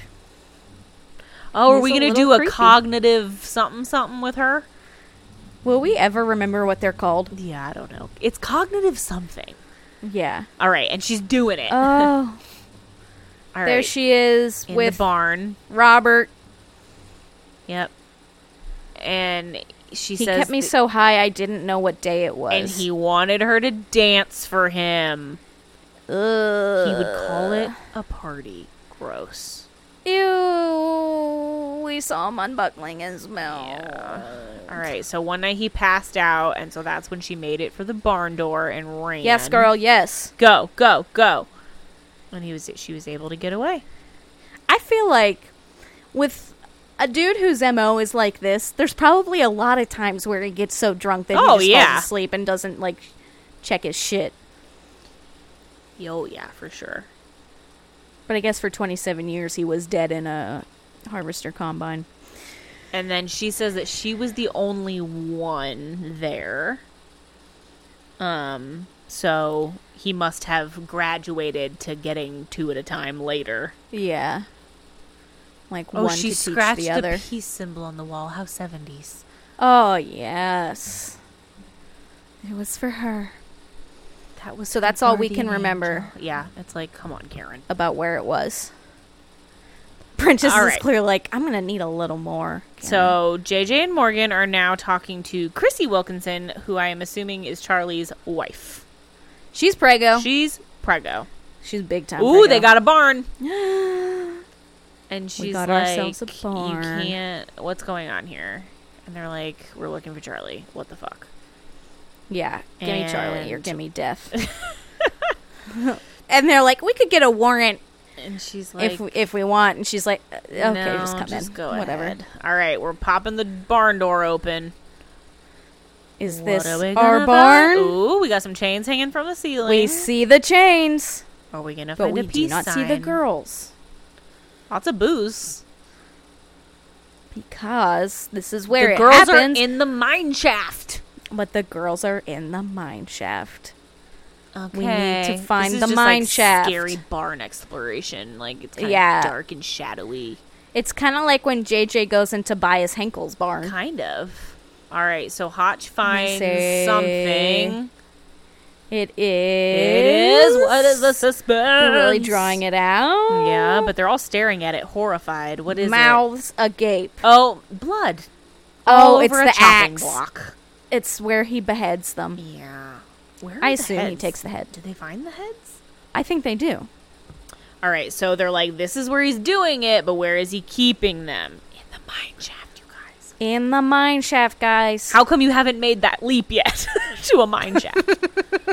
Oh, are
He's
we
a
going to do
little
a
creepy.
cognitive something something with her?
will we ever remember what they're called?
Yeah, I don't know. It's cognitive something.
Yeah.
All right, and she's doing it.
Oh,
All right.
there she is
in
with
the barn.
Robert.
Yep. And she
He
says
kept me
that-
so high I didn't know what day it was.
and he wanted her to dance for him.
Ugh.
He would call it a party. Gross.
Ew. We saw him unbuckling his mouth.
All right, so one night he passed out, and so that's when she made it for the barn door and ran.
Yes, girl. Yes.
Go, go, go. And he was she was able to get away.
I feel like with a dude whose mo is like this, there's probably a lot of times where he gets so drunk that
Oh,
he just
yeah.
falls asleep and doesn't like check his shit.
Yo, yeah, for sure.
But I guess for 27 years he was dead in a harvester combine.
And then she says that she was the only one there. Um, so he must have graduated to getting two at a time later.
Yeah. Like one
Oh, she
to teach
scratched
the
the,
other.
peace symbol on the wall. How seventies.
oh yes. It was for her.
That was
So
her
that's all we can
guardian
remember.
angel. Yeah, it's like, come on, Karen.
About where it was. Prentice
All
is
right.
clear like, I'm gonna need a little more.
So JJ and Morgan are now talking to Chrissy Wilkinson, who I am assuming is Charlie's wife.
she's prego.
She's prego.
she's big time.
Ooh, they
preggo.
got a barn. And she's
got
like,
ourselves a barn."
"You can't. What's going on here?" And they're like, "We're looking for Charlie. What the fuck?"
Yeah, gimme Charlie or
And-
gimme Death. and they're like, we could get a warrant
And she's like,
if we, if we want. And she's like, uh, okay,
"No,
just come in.
go
Whatever.
ahead. All right, we're popping the barn door open.
Is
What
this
are we
our
gonna
barn?
find? Ooh, we got some chains hanging from the ceiling.
We see the chains,
are we gonna
but
find
we
a
do
peace
not see
sign?
the girls
Lots of booze.
because this is where
the
it
girls
happens.
are in the mine shaft.
but the girls are in the mine shaft.
Okay.
We need to find
this is
the
just,
mine
like,
shaft.
Scary barn exploration. Like it's kind of
Yeah.
dark and shadowy.
It's kind of like when JJ goes into Tobias Henkel's barn.
Kind of. All right. So Hotch finds
say-
something.
It is.
It is. What is the suspense?
We're really drawing it out.
Yeah, but they're all staring at it, horrified. What is it?
mouths agape.
Oh, blood.
Oh,
All
it's
over a
the
chopping
axe.
block.
It's where he beheads them.
Yeah. Where are
I
the
assume he
heads?
takes the head.
Did they find the heads?
I think they do.
All right. So they're like, this is where he's doing it, but where is he keeping them? In the mine shaft, you guys.
In the mine shaft, guys.
How come you haven't made that leap yet to a mine shaft?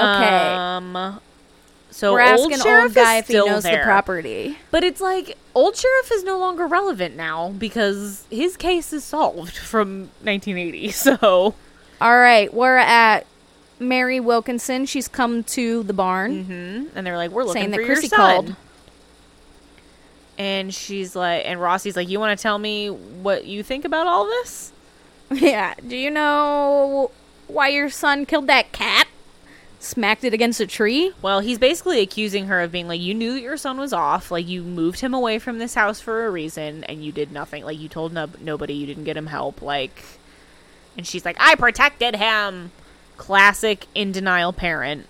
Okay.
Um, so
We're
old
asking
sheriff
old guy
is
if he
still
knows
there,
the property.
but it's like old sheriff is no longer relevant now because his case is solved from 1980. So
All right, we're at Mary Wilkinson. She's come to the barn.
Mhm. and they're like, we're looking
Saying that
for
Chrissy
your son.
called.
And she's like, and Rossi's like, you want to tell me what you think about all this? Mm-hmm.
Yeah. Do you know why your son killed that cat? smacked it against a tree.
Well, he's basically accusing her of being like, you knew your son was off, like you moved him away from this house for a reason, and you did nothing. Like you told no- nobody, you didn't get him help. Like, and she's like, I protected him. Classic in denial parent.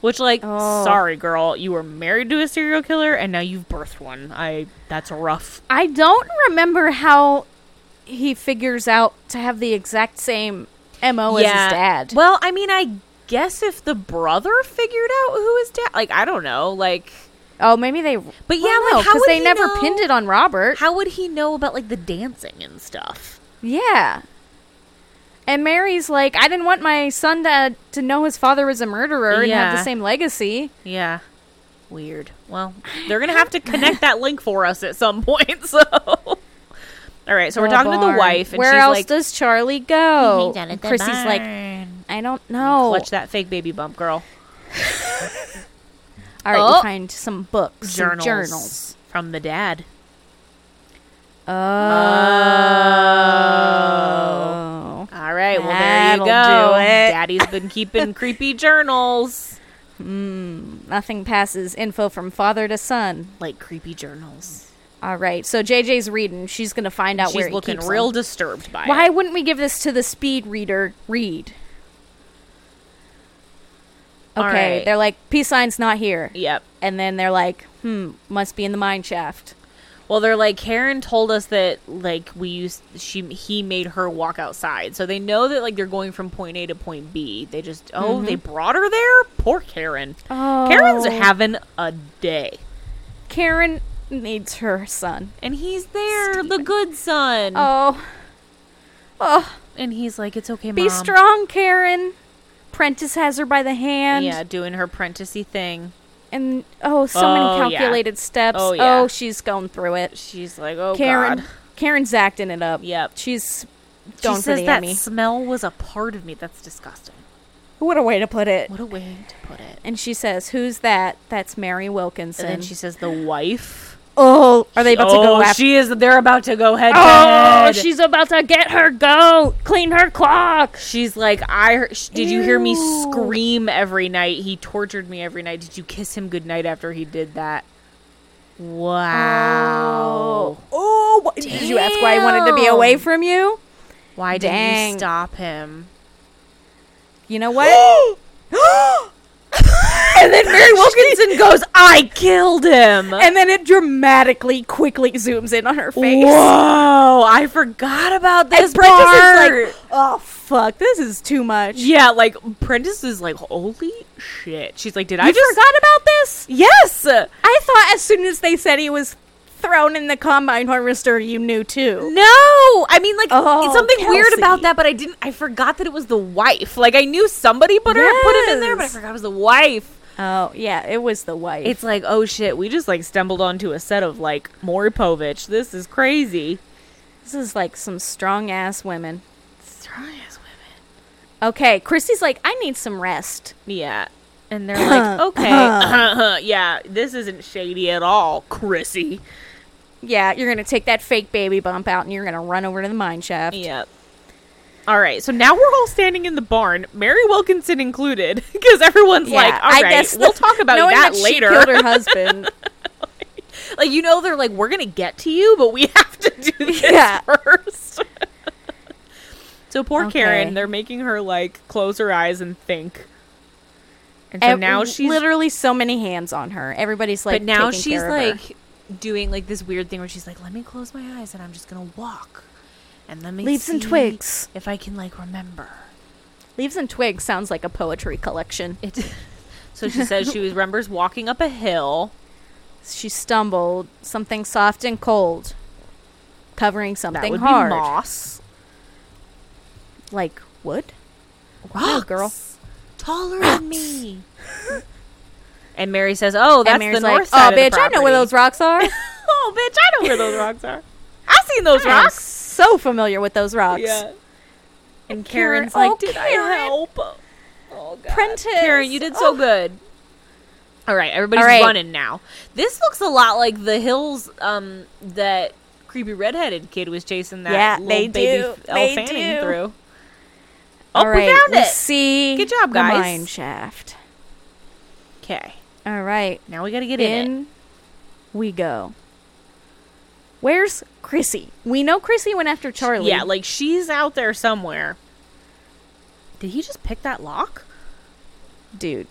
Which, like,
Oh.
sorry, girl, you were married to a serial killer, and now you've birthed one. I that's rough.
I don't remember how he figures out to have the exact same MO Oh, as his dad.
Well, I mean, I guess if the brother figured out who his dad, like, I don't know, like,
Oh, maybe they But
yeah, like, how
cuz
would
they
he
never
know?
pinned it on Robert.
how would he know about like the dancing and stuff?
Yeah. And Mary's like, I didn't want my son to, to know his father was a murderer and have
Yeah.
the same legacy.
Yeah. Weird. Well, they're going to have to connect that link for us at some point, so. All right, so we're
Oh,
talking to
barn.
the wife, and
Where
she's
else
like,
does Charlie go?
"Hang out at
And
the
Chrissy's like, "Oh."
barn."
I don't know.
Clutch that fake baby bump, girl.
All right,
Oh.
you find some books,
Journals.
Some journals.
From the dad.
Oh.
All right, well, there you
That'll
go.
do it.
Daddy's been keeping creepy journals.
Mm, Nothing passes info from father to son.
Like creepy journals.
All right, so JJ's reading. She's gonna find out where
She's
he
looking
keeps
real
them.
disturbed by
Why
it.
wouldn't we give this to the speed reader? Read.
All
Okay,
right.
they're like peace sign's not here,
Yep.
and then they're like, hmm, must be in the mine shaft.
Well, they're like Karen told us that like we used she he made her walk outside, so they know that like they're going from point A to point B. They just oh they brought her there. Poor Karen.
Mm-hmm. Oh,
Karen's having a day,
Karen needs her son.
and he's there, the good son,
Oh, oh,
and he's like it's okay,
be
Mom."
strong, Karen. Prentice has her by the hand.
Yeah, doing her apprenticey thing.
And oh, so
Oh,
many
yeah.
calculated steps.
Oh, yeah.
Oh, she's going through it.
She's like, oh
Karen,
God.
Karen's acting it up.
Yep.
she's
She
going for
says
the
that
Emmy.
smell was a part of me. That's disgusting.
What a way to put it.
What a way to put it.
And she says, "Who's that? That's Mary
And
Wilkinson."
then she says the wife.
"Oh, are they about to
Oh,
go after?"
She is. They're about to go head to
oh,
head.
she's about to get her goat, clean her clock.
She's like, I hear- sh- did you hear me
Ew.
scream every night? He tortured me every night. Did you kiss him goodnight after he did that? Wow.
Oh, oh wh- did you ask why I wanted to be away
Damn.
from you?
Why didn't you
Dang.
stop him?
You know what? and then Mary Wilkinson
Wilkinson goes, I killed him.
and then it dramatically quickly zooms in on her face.
Whoa, I forgot about
And
this
Prentice
part.
is like, oh fuck, this is too much.
yeah, like Prentice is like, holy shit. She's like, did I
You
just
forgot about this?
Yes.
I thought as soon as they said he was thrown in the combine harvester, you knew too.
No, I mean like
Oh,
it's something weird
Kelsey.
about that, but I didn't. I forgot that it was the wife. Like I knew somebody put her put him in there, but I
Yes.
forgot it was the wife.
Oh yeah, it was the wife.
It's like oh shit, we just like stumbled onto a set of like Moripovich. This is crazy.
this is like some strong ass women.
Strong as women.
Okay, Christy's like, I need some rest.
Yeah, and they're like okay, Uh-huh. yeah, this isn't shady at all, Chrissy.
Yeah, you're gonna take that fake baby bump out and you're gonna run over to the mine shaft.
Yep. All right, so now we're all standing in the barn, Mary Wilkinson included, because everyone's
Yeah,
like, "All right, we'll talk about
knowing
that,
she
later."
killed her husband.
Like you know, they're like, we're gonna get to you, but we have to do this
Yeah.
first. so poor
Okay.
Karen, they're making her like close her eyes and think. And so
Ev-
now she's
literally so many hands on her. Everybody's like,
but now
taking
she's
care of her.
like doing like this weird thing where she's like, let me close my eyes and I'm just gonna walk, and let me
Leaves and
see
twigs.
if I can like remember
leaves and twigs sounds like a poetry collection.
it. so she says she remembers walking up a hill.
She stumbled, something soft and cold, covering
That
something
would
hard,
be moss,
like wood.
rocks,
girl.
taller than me. and Mary says, "Oh, that's
and Mary's
the
like,
north side
"Oh,
of the
bitch, I know
property."
where those rocks are.
oh, bitch, I know where those rocks are. I've seen those
I'm
rocks.
so familiar with those rocks."
And
Karen-
Karen's
oh,
like, did I
Karen.
help? Oh God.
Prentice.
Karen, you did so
Oh.
good. All right, everybody's
All right.
running now. This looks a lot like the hills um, that creepy redheaded kid was chasing that
Yeah,
little
they
baby
do.
f- Elle
They
Fanning
do.
through. Oh,
All right,
we found it.
see
Good job,
the
guys.
mine shaft.
Okay.
All right.
Now we got to get in.
In we go. Where's Chrissy? We know Chrissy went after Charlie.
Yeah, like she's out there somewhere. Did he just pick that lock?
dude.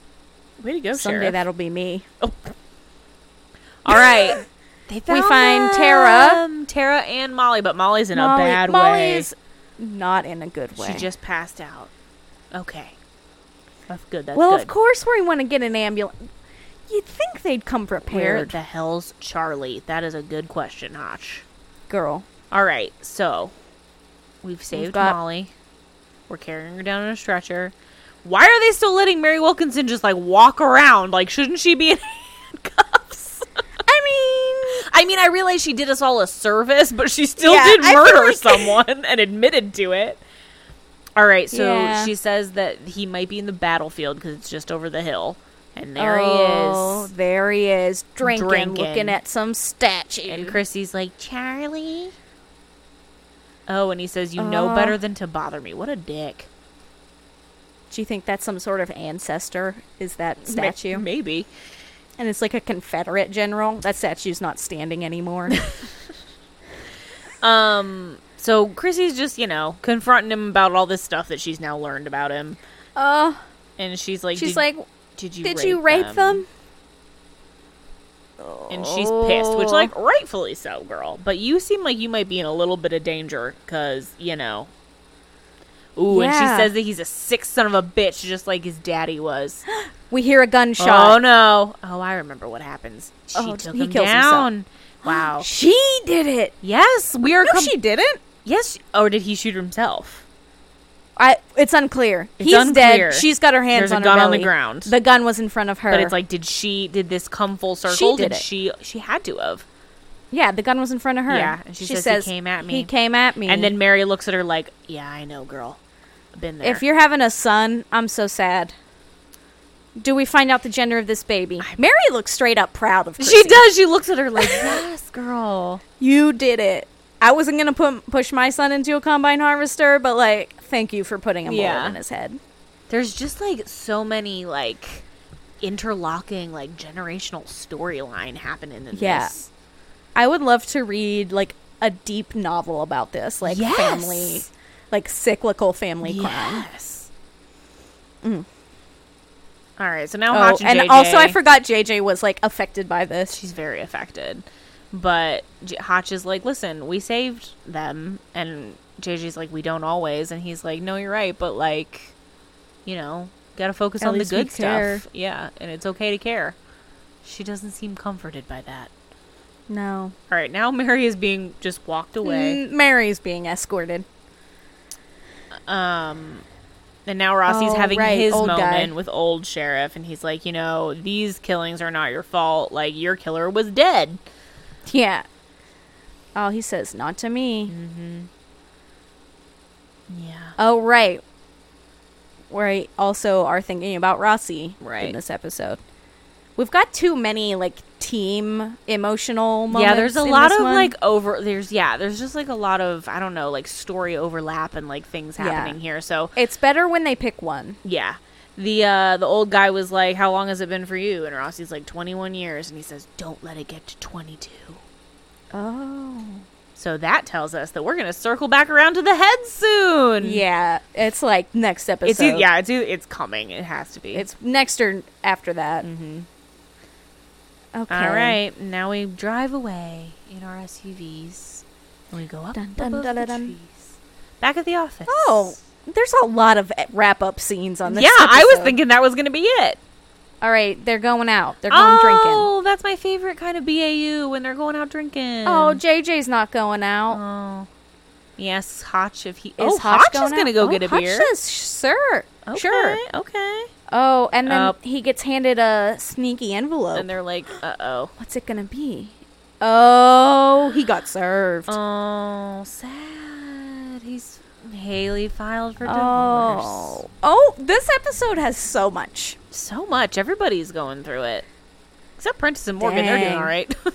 Way to go,
someday
Sheriff.
that'll be me.
Oh. All right. They
find Tara.
them. Tara and Molly, but Molly's in
Molly,
a bad
Molly
way.
is not in a good way.
She just passed out. Okay. That's good. That's
well,
good.
of course we want to get an ambulance. You'd think they'd come
Where
prepared,
the hell's Charlie? That is a good question, Hotch.
girl.
All right, so we've saved
got-
Molly. We're carrying her down in a stretcher. Why are they still letting Mary Wilkinson just like walk around? Like, shouldn't she be in handcuffs? I mean, I mean, I realize she did us all a service, but she still
Yeah,
did
I feel
murder
like-
someone and admitted to it. All right, so
Yeah.
she says that he might be in the battlefield because it's just over the hill, and there
oh,
he is.
There he is, drinking,
Drinking.
looking at some statue.
And Chrissy's like, Charlie. Oh, and he says, You know
Uh.
better than to bother me. What a dick.
Do you think that's some sort of ancestor? Is that
Ma-
statue?
maybe.
And it's like a Confederate general. That statue's not standing anymore.
Um, so Chrissy's just, you know, confronting him about all this stuff that she's now learned about him.
uh,
And she's like,
she's
did,
like,
Did you
"Did
rape
you rape them?"
And she's pissed, which,
Oh.
like, rightfully so, girl. But you seem like you might be in a little bit of danger because, you know. Ooh, and she
Yeah.
says that he's a sick son of a bitch, just like his daddy was.
we hear a
Oh
gunshot.
no! Oh, I remember what happens. She
Oh,
took
he
him
kills himself.
down. Wow.
Oh. She did it.
Yes, we are.
No,
com-
she didn't.
yes, or Oh, did he shoot himself?
I, it's unclear.
It's
He's
unclear.
dead. She's got her hands
There's a
on
gun
her
on the
belly.
ground.
The gun was in front of her.
But it's like, did she? Did this come full circle?
did it.
she? She had to have.
yeah, the gun was in front of her.
Yeah, and she says, "He came at me."
He came at me.
And then Mary looks at her like, "Yeah, I know, girl. I've been there."
if you're having a son, I'm so sad. Do we find out the gender of this baby? Mary looks straight up proud of.
she
Chrissy.
does. She looks at her like, "Yes, girl."
You did it. I wasn't gonna put, push my son into a combine harvester, but like, thank you for putting a mold
Yeah.
in his head.
There's just like so many like interlocking like generational storyline happening in
Yeah.
this.
I would love to read like a deep novel about this, like
Yes.
family, like cyclical family crime.
Yes. All right, so now
Mm. Oh,
Hotch
and
JJ
also I forgot JJ was like affected by this.
she's very affected. But J- Hotch is like, listen, we saved them. And JJ's like, we don't always. And he's like, no, you're right. But, like, you know, got to focus
At
on the
least we
good
care.
stuff. Yeah. And it's okay to care. She doesn't seem comforted by that.
No,
All right. Now Mary is being just walked away.
Mm, Mary's being escorted.
Um, and now Rossi's
Oh,
having
right,
his
old guy.
moment with old sheriff. And he's like, you know, these killings are not your fault. Like, your killer was dead.
Yeah. Oh, he says not to me.
Yeah.
Oh, right. We also are thinking about Rossi
Right.
in this episode. We've got too many like team emotional moments.
Yeah, there's a
in
lot
this
of
one.
like over there's yeah, there's just like a lot of I don't know, like story overlap and like things
Yeah.
happening here. So,
It's better when they pick one.
yeah. The uh the old guy was like, "How long has it been for you?" And Rossi's like, "21 years." And he says, "Don't let it get to 22."
Oh.
So that tells us that we're going to circle back around to the head soon.
Yeah, it's like next episode.
It's e- yeah, it's e- it's coming. It has to be.
It's next or after that. Mm-hmm. Okay.
All right. Now we drive away in our SUVs and we go up
Dun, dun,
above
dun,
the
dun, dun.
trees. Back at the office.
Oh, there's a lot of wrap up scenes on this.
yeah, I was
episode.
thinking that was going to be it.
All right, they're going out. They're going drinking.
Oh, that's my favorite kind of BAU when they're going out drinking.
Oh, JJ's not going out.
oh. yes, Hotch. If he is
Is
oh,
Hotch
Hotch,
going
is going to
out?
go
Oh,
get a
Hotch
beer.
says, sure,
Okay,
sure.
okay.
Oh, and then
Uh,
he gets handed a sneaky envelope.
And they're like, uh oh,
What's it gonna be? Oh, he got served.
oh, sad. He's Haley filed for divorce.
oh, oh! This episode has so much.
So much. Everybody's going through it. Except Prentice and Morgan, they're doing
Dang.
all right.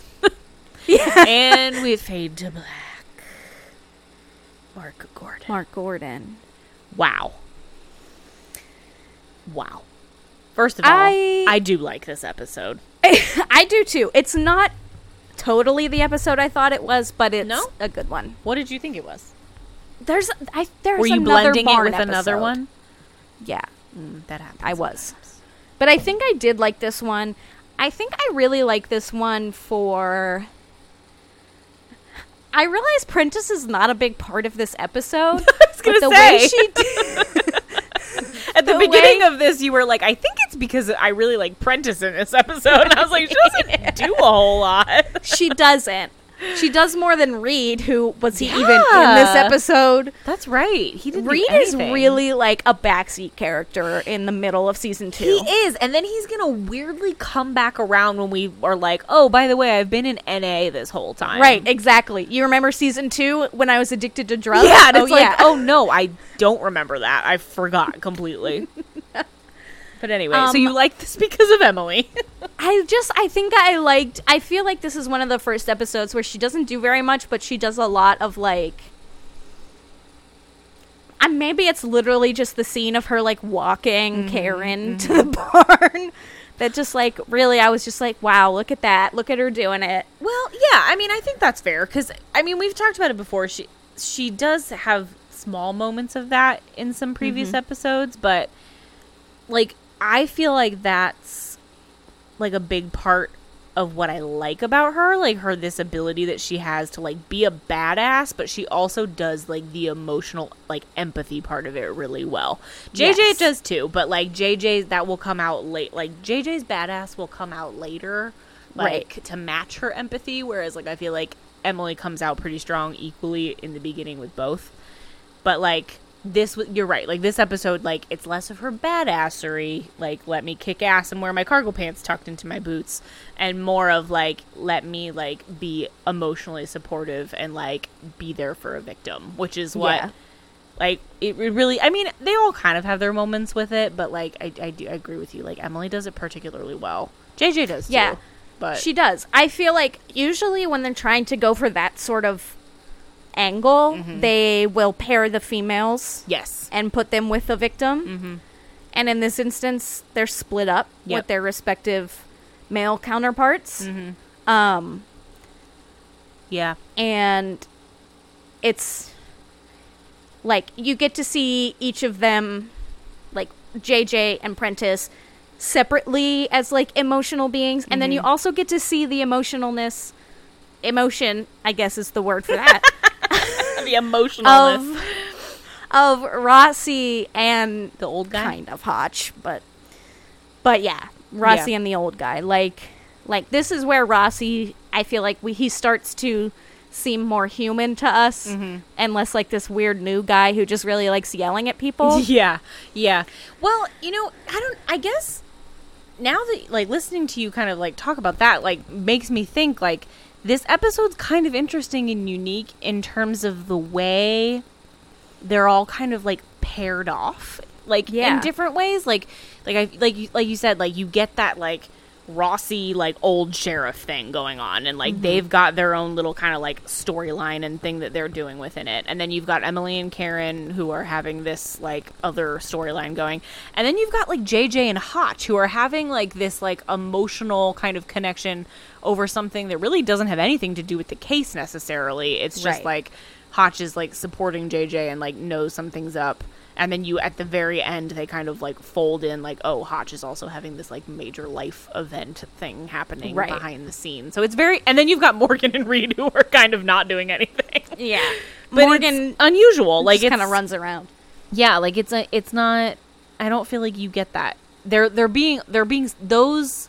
Yeah.
and we fade to black. Mark Gordon.
Mark Gordon.
Wow. Wow. First of all,
I-
I, do like this episode.
I do too. It's not totally the episode I thought it was, but it's
No?
a good one.
What did you think it was?
There's I there's
Were you
another
blending it
barn
with another
episode.
one?
Yeah.
Mm, that happened.
I was. But I think I did like this one. I think I really like this one for. I realize Prentice is not a big part of this episode. I
was gonna
the way
say.
she did,
At the,
The
beginning
way-
of this, you were like, "I think it's because I really like Prentice in this episode." And I was like, "She doesn't do a whole lot."
she doesn't. She does more than Reed, who was he even in this
Yeah.
episode?
That's right. He didn't.
Reed is really like a backseat character in the middle of season two.
He is, and then he's gonna weirdly come back around when we are like, "Oh, by the way, I've been in NA this whole time."
Right, exactly. You remember season two when I was addicted to drugs?
Yeah, and
Oh,
it's like,
yeah.
oh no, I don't remember that. I forgot completely. but anyway, so
Um,
you like this because of Emily.
I just I think I liked I feel like this is one of the first episodes where she doesn't do very much but she does a lot of like and maybe it's literally just the scene of her like
Mm-hmm,
walking Karen to the barn that just like really I was just like wow look at that look at her doing it
well, yeah, I mean, I think that's fair because I mean, we've talked about it before. She she does have small moments of that in some previous episodes, but like I feel like that's like a big part of what I like about her, like her this ability that she has to like be a badass, but she also does like the emotional like empathy part of it really well. JJ
Yes.
does too, but like JJ that will come out late. Like JJ's badass will come out later like
Right.
to match her empathy whereas like I feel like Emily comes out pretty strong equally in the beginning with both but like this w- you're right like this episode like it's less of her badassery like let me kick ass and wear my cargo pants tucked into my boots and more of like let me like be emotionally supportive and like be there for a victim which is what
Yeah.
like it re- really i mean they all kind of have their moments with it but like i, I do I agree with you like emily does it particularly well jj does too,
Yeah.
but
She does. I feel like usually when they're trying to go for that sort of angle,
Mm-hmm.
they will pair the females
yes
and put them with the victim. And in this instance, they're split up
Yep.
with their respective male counterparts. Um,
yeah
and it's like you get to see each of them, like JJ and Prentice, separately as like emotional beings. And then you also get to see the emotionalness, emotion, I guess is the word for that.
the emotionalness
of of Rossi and
the old guy
kind of Hotch, but but yeah, Rossi
Yeah.
and the old guy. Like like this is where Rossi, I feel like we, he starts to seem more human to us,
Mm-hmm.
and less like this weird new guy who just really likes yelling at people.
Um, Yeah, yeah. Well, you know, I don't. I guess now that like listening to you kind of like talk about that like makes me think like this episode's kind of interesting and unique in terms of the way they're all kind of like paired off like in
Yeah.
different ways like like i like you like you said like you get that like Rossi like old sheriff thing going on and like they've got their own little kind of like storyline and thing that they're doing within it and then you've got Emily and Karen who are having this like other storyline going and then you've got like JJ and Hotch who are having like this like emotional kind of connection over something that really doesn't have anything to do with the case necessarily it's just
Right.
like like Hotch is like supporting JJ and like knows something's up. And then you at the very end they kind of like fold in like, oh, Hotch is also having this like major life event thing happening
Right.
behind the scenes. So it's very and then you've got Morgan and Reed who are kind of not doing anything.
Yeah,
But
Morgan
it's unusual. Like
like
it's
kind of runs around.
yeah, like it's a, it's not. I don't feel like you get that. They're they're being they're being those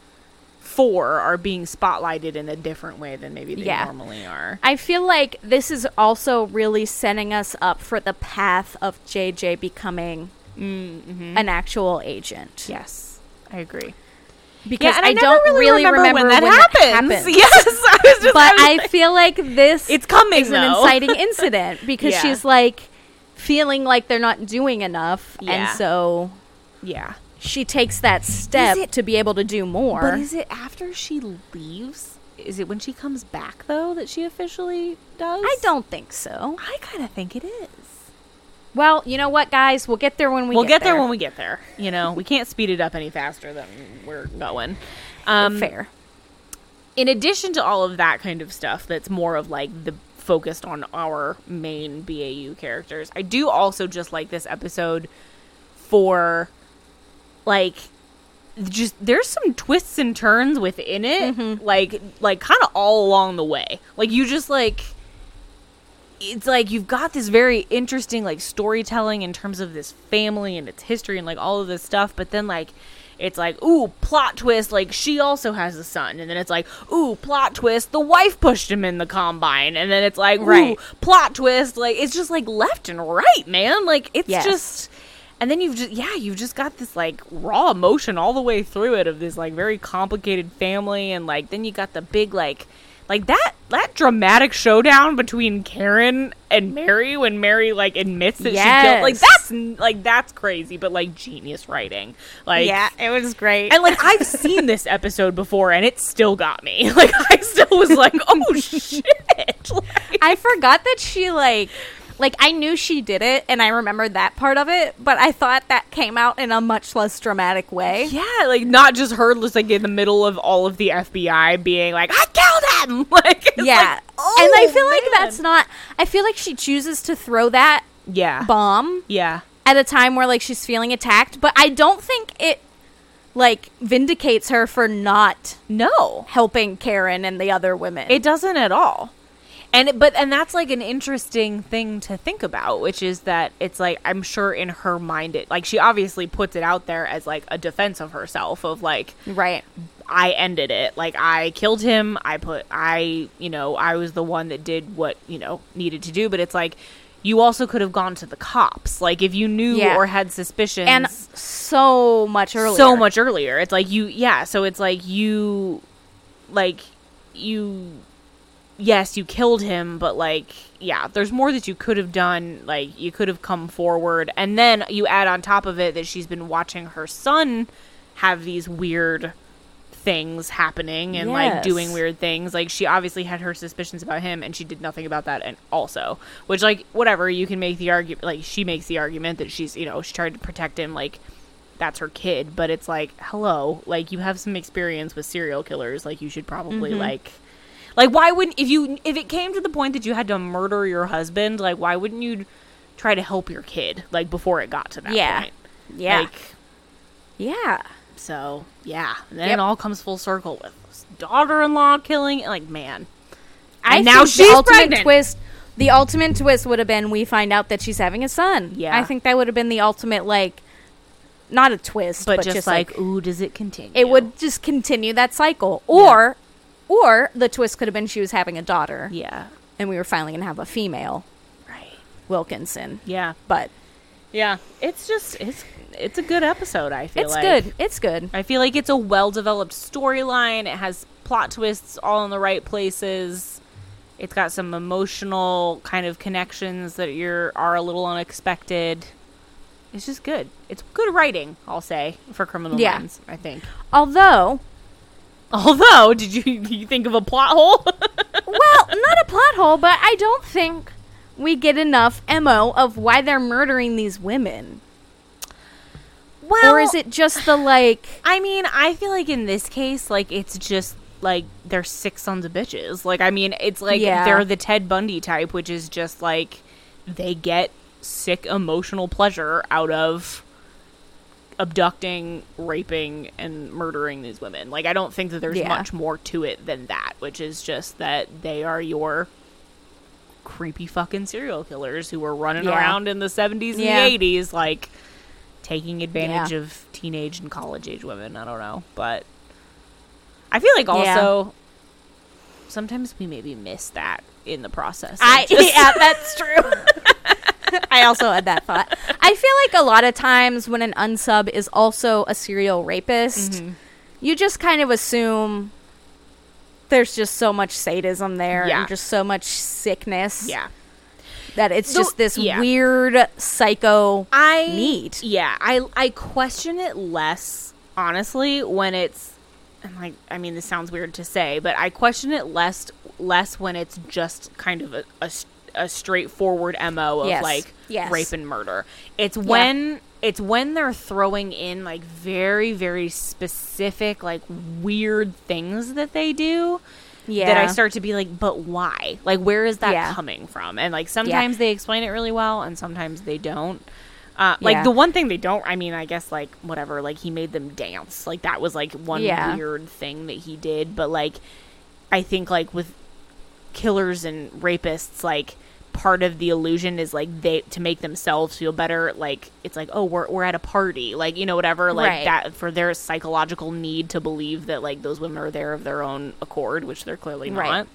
four are being spotlighted in a different way than maybe they
Yeah.
normally are.
I feel like this is also really setting us up for the path of JJ becoming
Mm-hmm.
an actual agent.
Yes, I agree.
because
and
I,
never
don't really remember,
when that happens.
happened.
Yes, I was just. was
but I
like-
feel like this
it's coming.
is an
though.
inciting incident because
Yeah.
she's like feeling like they're not doing enough,
Yeah.
and so
Yeah,
she takes that step
it-
to be able to do more.
but is it after she leaves? Is it when she comes back though that she officially does?
I don't think so.
I kind of think it is.
Well, you know what, guys? We'll get there when we
we'll get, there. when we get there. You know, we can't speed it up any faster than we're going. Um,
fair.
in addition to all of that kind of stuff that's more of like the focused on our main BAU characters, I do also just like this episode for like just there's some twists and turns within it like like kind of all along the way like you just like it's like you've got this very interesting like storytelling in terms of this family and its history and like all of this stuff but then like it's like ooh plot twist like she also has a son and then it's like ooh plot twist the wife pushed him in the combine and then it's like ooh,
Right.
plot twist like it's just like left and right man like it's
Yes.
just and then you've just yeah you've just got this like raw emotion all the way through it of this like very complicated family and like then you got the big like like that that dramatic showdown between Karen and Mary when Mary like admits that she killed like
Yes.
that's n- like that's crazy but like genius writing like
yeah, it was great.
and like I've seen this episode before and it still got me like I still was like oh shit like,
I forgot that she like like I knew she did it and I remembered that part of it, but I thought that came out in a much less dramatic way.
yeah like not just her just like in the middle of all of the FBI being like I killed him like it's
yeah.
like, oh,
and I feel like
man.
that's not I feel like she chooses to throw that
yeah
bomb
yeah
at a time where like she's feeling attacked, but I don't think it like vindicates her for not
no
helping Karen and the other women.
It doesn't at all. And it- but and that's like an interesting thing to think about, which is that it's like I'm sure in her mind it like she obviously puts it out there as like a defense of herself of like
right.
I ended it. Like I killed him. I put I, you know, I was the one that did what, you know, needed to do, but it's like you also could have gone to the cops. Like if you knew
Yeah.
or had suspicions
And so much earlier.
so much earlier. It's like you, yeah. So it's like you, like you, yes, you killed him, but like, yeah, there's more that you could have done. Like you could have come forward, and then you add on top of it that she's been watching her son have these weird things happening and like
Yes.
doing weird things like she obviously had her suspicions about him and she did nothing about that and also which like whatever you can make the argument like she makes the argument that she's you know she tried to protect him like that's her kid but it's like hello like you have some experience with serial killers like you should probably like like why wouldn't if you if it came to the point that you had to murder your husband like why wouldn't you try to help your kid like before it got to that
Yeah.
point
Yeah.
like
yeah.
so yeah, and then
Yep.
it all comes full circle with this daughter-in-law killing. and, Like man,
I
And now
think
she's
the ultimate
pregnant.
twist. The ultimate twist would have been we find out that she's having a son.
Yeah.
I think that would have been the ultimate like, not a twist,
but,
but,
just, like, ooh, does it continue?
it would just continue that cycle, or, or the twist could have been she was having a daughter,
Yeah,
and we were finally gonna have a female
right.
Wilkinson.
Yeah,
But
yeah. It's just it's it's a good episode. I feel
it's
like.
good. It's good.
I feel like it's a well-developed storyline. It has plot twists all in the right places. It's got some emotional kind of connections that you're are a little unexpected. It's just good. It's good writing, I'll say, for Criminal
Yeah.
Minds. I think.
Although,
Although, did you do you think of a plot hole?
well, not a plot hole, but I don't think we get enough mo of why they're murdering these women,
well,
or is it just the like.
I mean, I feel like in this case, like it's just like they're six sons of bitches. Like, I mean, it's like
Yeah.
they're the Ted Bundy type, which is just like they get sick emotional pleasure out of abducting, raping, and murdering these women. Like, I don't think that there's
Yeah.
much more to it than that, which is just that they are your creepy fucking serial killers who were running
Yeah.
around in the 70s
Yeah.
and the 80s, like taking advantage
Yeah.
of teenage and college age women. I don't know, but I feel like also
Yeah.
sometimes we maybe miss that in the process. of
I
just-
yeah, that's true. I also had that thought. I feel like a lot of times when an unsub is also a serial rapist,
Mm-hmm.
you just kind of assume there's just so much sadism there
Yeah.
and just so much sickness
yeah.
that it's
Though-
just this
yeah.
weird psycho.
I
need.
Yeah, I I question it less honestly when it's and like I mean this sounds weird to say, but I question it less less when it's just kind of a, a s- a straightforward mo of
Yes.
like
Yes.
rape and murder. It's when it's when they're throwing in like very very specific like weird things that they do
yeah.
that I start to be like, but why? Like, where is that
Yeah.
coming from? And like, sometimes they explain it really well, and sometimes they don't. Uh, like
Yeah.
the one thing they don't, I mean, I guess like whatever. Like he made them dance. Like that was like one
Yeah.
weird thing that he did. But like, I think like with killers and rapists, like part of the illusion is like they to make themselves feel better. Like it's like oh we're we're at a party. Like you know whatever. Like
Right.
that uh, for their psychological need to believe that like those women are there of their own accord, which they're clearly
Right.
not.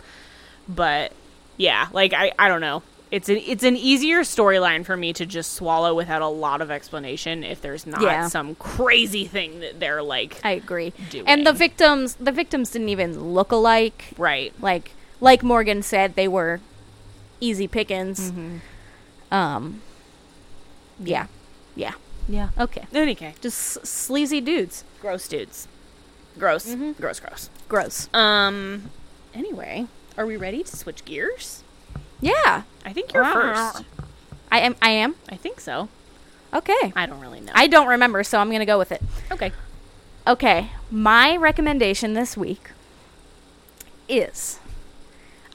But yeah, like I, I don't know. It's an it's an easier storyline for me to just swallow without a lot of explanation if there's not
Yeah.
some crazy thing that they're like
I agree.
doing.
And the victims, the victims didn't even look alike.
right.
Like like Morgan said, they were easy pickings. Um. Yeah. Yeah.
Yeah.
Okay.
Okay.
Just s- sleazy dudes.
Gross dudes. Gross.
Mm-hmm.
Gross. Gross.
Gross.
Um. Anyway, are we ready to switch gears?
Yeah.
I think you're first.
I am. I am.
I think so.
Okay.
I don't really know.
I don't remember, so I'm gonna go with it.
okay.
Okay, my recommendation this week is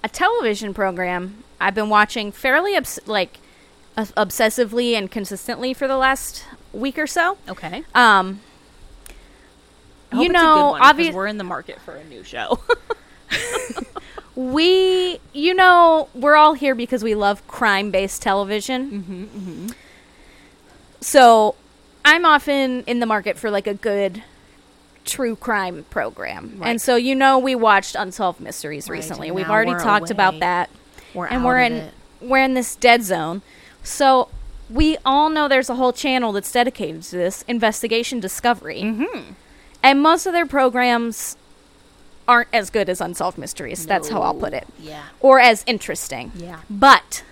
a television program I've been watching fairly obs- like uh, obsessively and consistently for the last week or so.
Okay.
Um,
I hope it's
you
a good
know,
one, 'cause
obvi-
we're in the market for a new show.
we you know we're all here because we love crime-based television. Mm-hmm, So I'm often in the market for like a good true crime program,
Right.
and so you know we watched Unsolved Mysteries
Right,
recently.
and
We've
now
already
we're
talked about
away.
that,
We're
and
out
we're
of
in
it.
we're in this dead zone. So we all know there's a whole channel that's dedicated to this investigation discovery,
Mm-hmm.
and most of their programs aren't as good as Unsolved Mysteries. That's how I'll put it
Yeah.
or as interesting.
Yeah.
But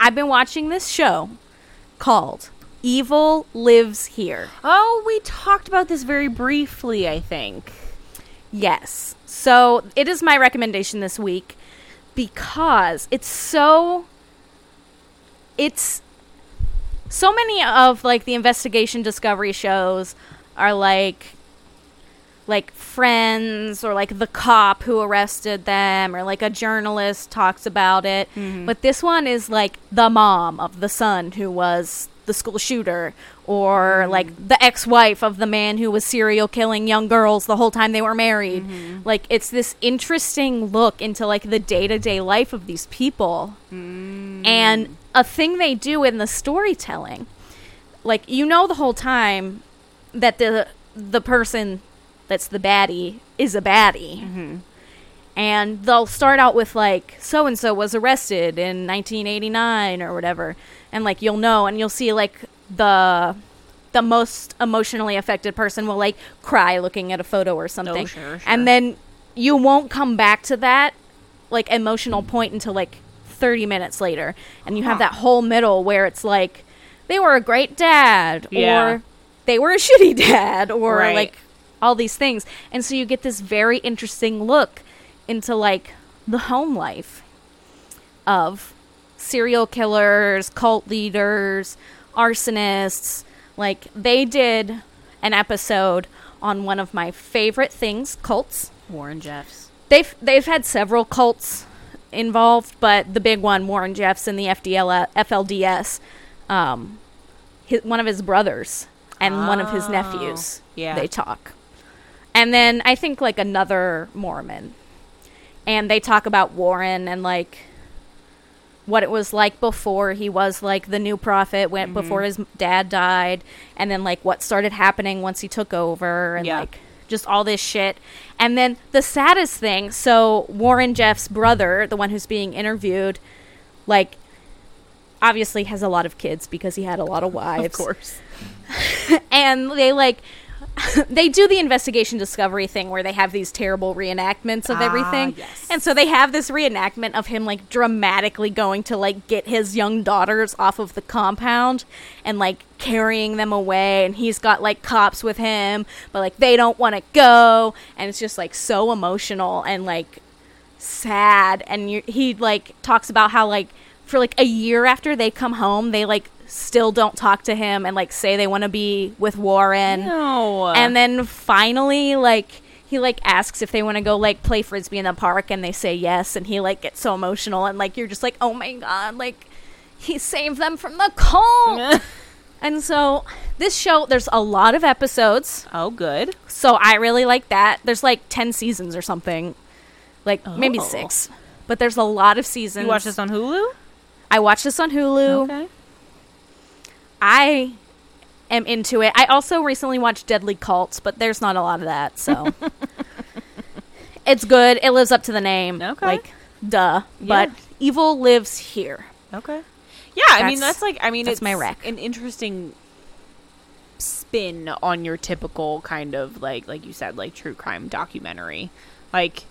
I've been watching this show called Evil Lives Here.
Oh, we talked about this very briefly, I think.
Yes. So it is my recommendation this week because it's so. It's. So many of like the investigation discovery shows are like like friends or like the cop who arrested them or like a journalist talks about it. But this one is like the mom of the son who was the school shooter or like the ex-wife of the man who was serial killing young girls the whole time they were married. Like it's this interesting look into like the day-to-day life of these people.
Mm.
And a thing they do in the storytelling like you know the whole time that the the person that's the baddie is a baddie
Mm-hmm.
and they'll start out with like so and so was arrested in 1989 or whatever and like you'll know and you'll see like the the most emotionally affected person will like cry looking at a photo or something
Oh, sure, sure.
and then you won't come back to that like emotional point until like 30 minutes later and you have
Huh.
that whole middle where it's like they were a great dad
Yeah.
or they were a shitty dad or
Right.
like all these things and so you get this very interesting look into like the home life of serial killers cult leaders arsonists like they did an episode on one of my favorite things cults
Warren Jeffs.
they've they've had several cults involved, but the big one, Warren Jeffs and the FDL FLDS, um, his, one of his brothers and one of his
Oh,
nephews.
yeah.
they talk, and then I think like another Mormon, and they talk about Warren and like what it was like before he was like the new prophet went before his dad died and then like what started happening once he took over and
Yeah.
like just all this shit and then the saddest thing so warren jeff's brother the one who's being interviewed like obviously has a lot of kids because he had a lot of wives
Of course.
and they like they do the investigation discovery thing where they have these terrible reenactments of
Ah,
everything
yes.
and so they have this reenactment of him like dramatically going to like get his young daughters off of the compound and like carrying them away and he's got like cops with him but like they don't want to go and it's just like so emotional and like sad and you, he like talks about how like for like a year after they come home, they like still don't talk to him and like say they want to be with Warren.
No.
And then finally, like he like asks if they want to go like play frisbee in the park, and they say yes, and he like gets so emotional, and like you're just like, oh my god, like he saved them from the cold. and so this show, there's a lot of episodes,
oh, good.
so I really like that. There's like ten seasons or something, like maybe
Oh.
six, but there's a lot of seasons.
You watch this on Hulu?
I watch this on Hulu.
Okay.
I am into it. I also recently watched Deadly Cults, but there's not a lot of that, so it's good. It lives up to the name.
Okay.
Like duh. But
Yeah.
evil lives here.
Okay. Yeah, I mean
That's-
that's like I mean
that's
it's
my rec.
an interesting spin on your typical kind of like like you said like true crime documentary. Like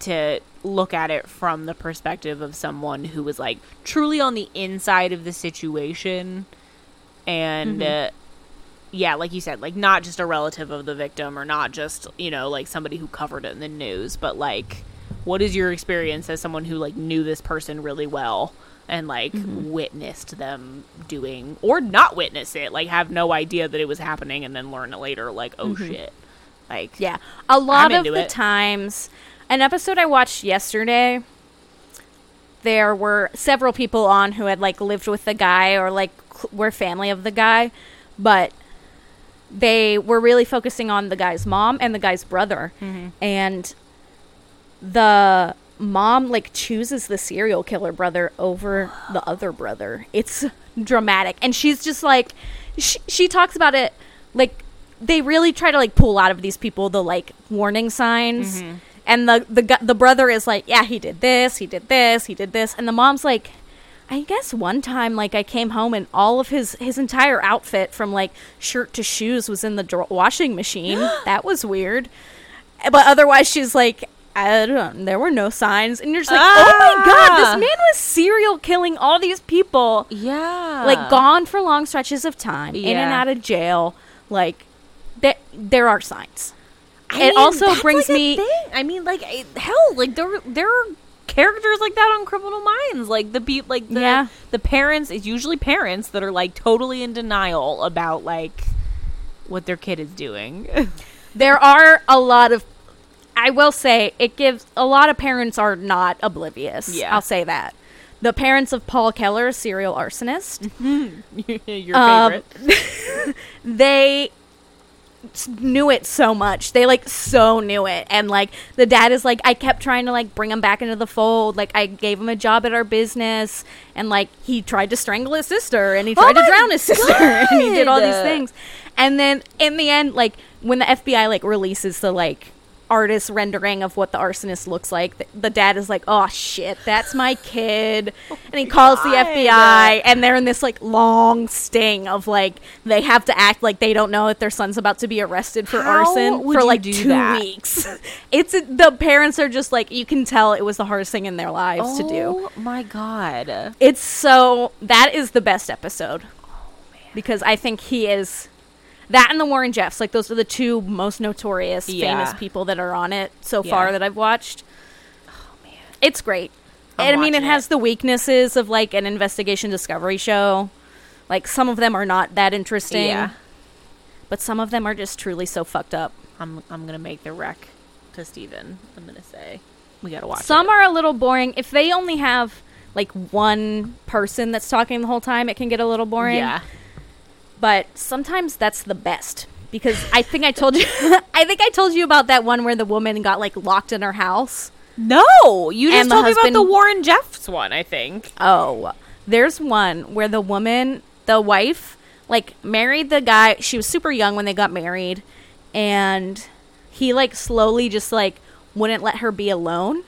to look at it from the perspective of someone who was like truly on the inside of the situation and
Mm-hmm.
uh, yeah, like you said, like not just a relative of the victim or not just, you know, like somebody who covered it in the news, but like what is your experience as someone who like knew this person really well and like
Mm-hmm.
witnessed them doing or not witness it, like have no idea that it was happening and then learn it later like oh shit. Like
Mm-hmm. Yeah. A lot of
into
the
it.
times an episode I watched yesterday there were several people on who had like lived with the guy or like cl- were family of the guy, but they were really focusing on the guy's mom and the guy's brother.
Mm-hmm.
And the mom like chooses the serial killer brother over the other brother. It's dramatic. And she's just like she, she talks about it like they really try to like pull out of these people the like warning signs. And the the gu- the brother is like, "Yeah, he did this, he did this, he did this." And the mom's like, I guess one time, like I came home and all of his his entire outfit, from like shirt to shoes, was in the dr- washing machine. that was weird. But otherwise, she's like, I don't. There were no signs, and you're just like, oh my god,
Ah.
this man was serial killing all these people,
Yeah.
like gone for long stretches of time, in and
Yeah.
out of jail. Like, that there are signs.
I
It also
that's,
brings
like, a
me-
thing. I mean, like I- hell, like there were- there are characters like that on Criminal Minds. Like the be like the
Yeah.
the parents. It's usually parents that are like totally in denial about like what their kid is doing.
There are a lot of. I will say it gives a lot of parents are not oblivious.
Yeah.
I'll say that. The parents of Paul Keller, a serial arsonist,
Your
Um,
favorite.
they s- knew it so much. They like so knew it, and like the dad is like, I kept trying to like bring him back into the fold. Like I gave him a job at our business, and like he tried to strangle his sister, and he tried to
Oh my
drown his sister, and he did all these
God.
things. And then in the end, like when the FBI like releases the like artist rendering of what the arsonist looks like, th- the dad is like, "Oh shit, that's my kid," and he calls the
God.
FBI, and they're in this like long sting of like they have to act like they don't know that their son's about to be arrested for
How
arson
would
for
you
like
do
two
that?
weeks. it's the parents are just like you can tell it was the hardest thing in their lives to do.
Oh my god.
It's so that is the best episode. Because I think he is that and the Warren Jeffs, like those are the two most notorious
Yeah.
famous people that are on it so
Yeah.
far that I've watched. Oh man. It's great.
I'm
and I mean it,
watching
has
it.
the weaknesses of like an investigation discovery show. Like some of them are not that interesting.
Yeah.
But some of them are just truly so fucked up.
I'm I'm gonna make the wreck to Steven. I'm gonna say we gotta watch.
Some
it.
are a little boring. If they only have like one person that's talking the whole time, it can get a little boring.
Yeah.
but sometimes that's the best because I think I told you I think I told you about that one where the woman got like locked in her house.
No, you just
And the
told me about the
husband-
Warren Jeffs one. I think.
Oh, there's one where the woman, the wife, like married the guy. She was super young when they got married and he like slowly just like wouldn't let her be alone.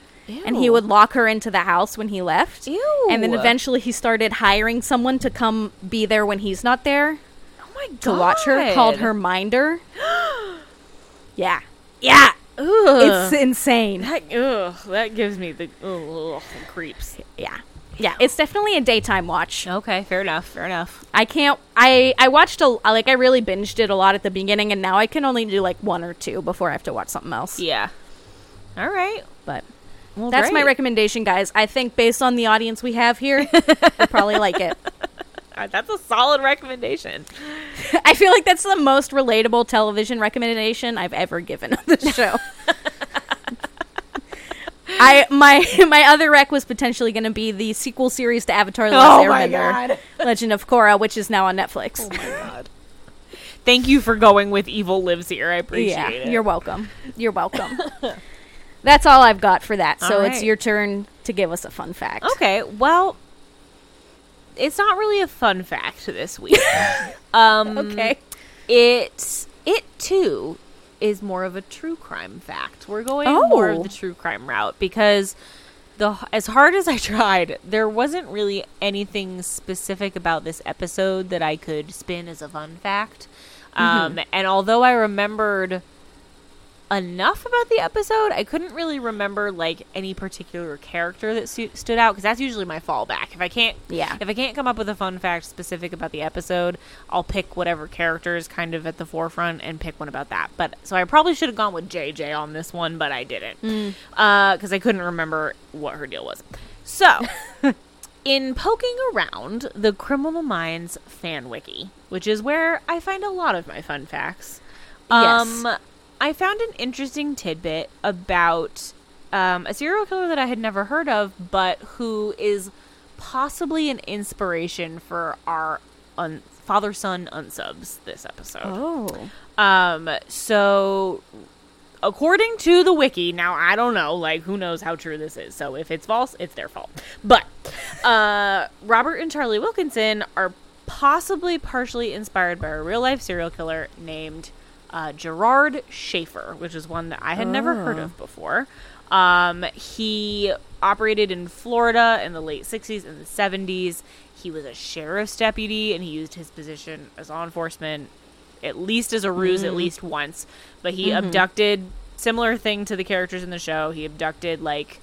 And he
Ew.
would lock her into the house when he left.
Ew.
And then eventually he started hiring someone to come be there when he's not there.
Oh my god.
to watch her called her Minder. yeah. Yeah. It's insane.
That ugh, that gives me the ugh, ugh, creeps.
Yeah. Yeah. It's definitely a daytime watch.
Okay, fair enough, fair enough.
I can't I I watched a like I really binged it a lot at the beginning and now I can only do like one or two before I have to watch something else.
Yeah. All right.
But
Well,
That's my
great.
recommendation, guys. I think based on the audience we have here, we'll probably like it.
Uh, That's a solid recommendation.
I feel like that's the most relatable television recommendation I've ever given on this show. I my my other rec was potentially going to be the sequel series to Avatar: The Last
Oh my
Airbender,
God.
Legend of Korra, which is now on Netflix.
Oh my god. Thank you for going with Evil Lives Here. I appreciate
yeah,
it.
you're welcome. You're welcome. that's all I've got for that. So
All
it's
right.
your turn to give us a fun fact.
Okay, well, it's not really a fun fact this week. um,
Okay.
It it too is more of a true crime fact. We're going
Oh.
more of the true crime route because the as hard as I tried, there wasn't really anything specific about this episode that I could spin as a fun fact. Um, And although I remembered enough about the episode, I couldn't really remember like any particular character that su- stood out because that's usually my fallback. If I can't,
Yeah.
if I can't come up with a fun fact specific about the episode, I'll pick whatever character is kind of at the forefront and pick one about that. But so I probably should have gone with JJ on this one, but I didn't
Mm.
because I couldn't remember what her deal was. So. In poking around the Criminal Minds fan wiki, which is where I find a lot of my fun facts,
Yes.
um, I found an interesting tidbit about um, a serial killer that I had never heard of, but who is possibly an inspiration for our un- father son unsubs this episode.
Oh.
Um, so according to the wiki, now I don't know, like who knows how true this is. So if it's false, it's their fault. But uh Robert and Charlie Wilkinson are possibly partially inspired by a real life serial killer named uh, Gerard Schaefer, which is one that I had never heard of before. Um, he operated in Florida in the late 60s and the 70s. He was a sheriff's deputy and he used his position as law enforcement at least as a ruse at least once but he abducted similar thing to the characters in the show he abducted like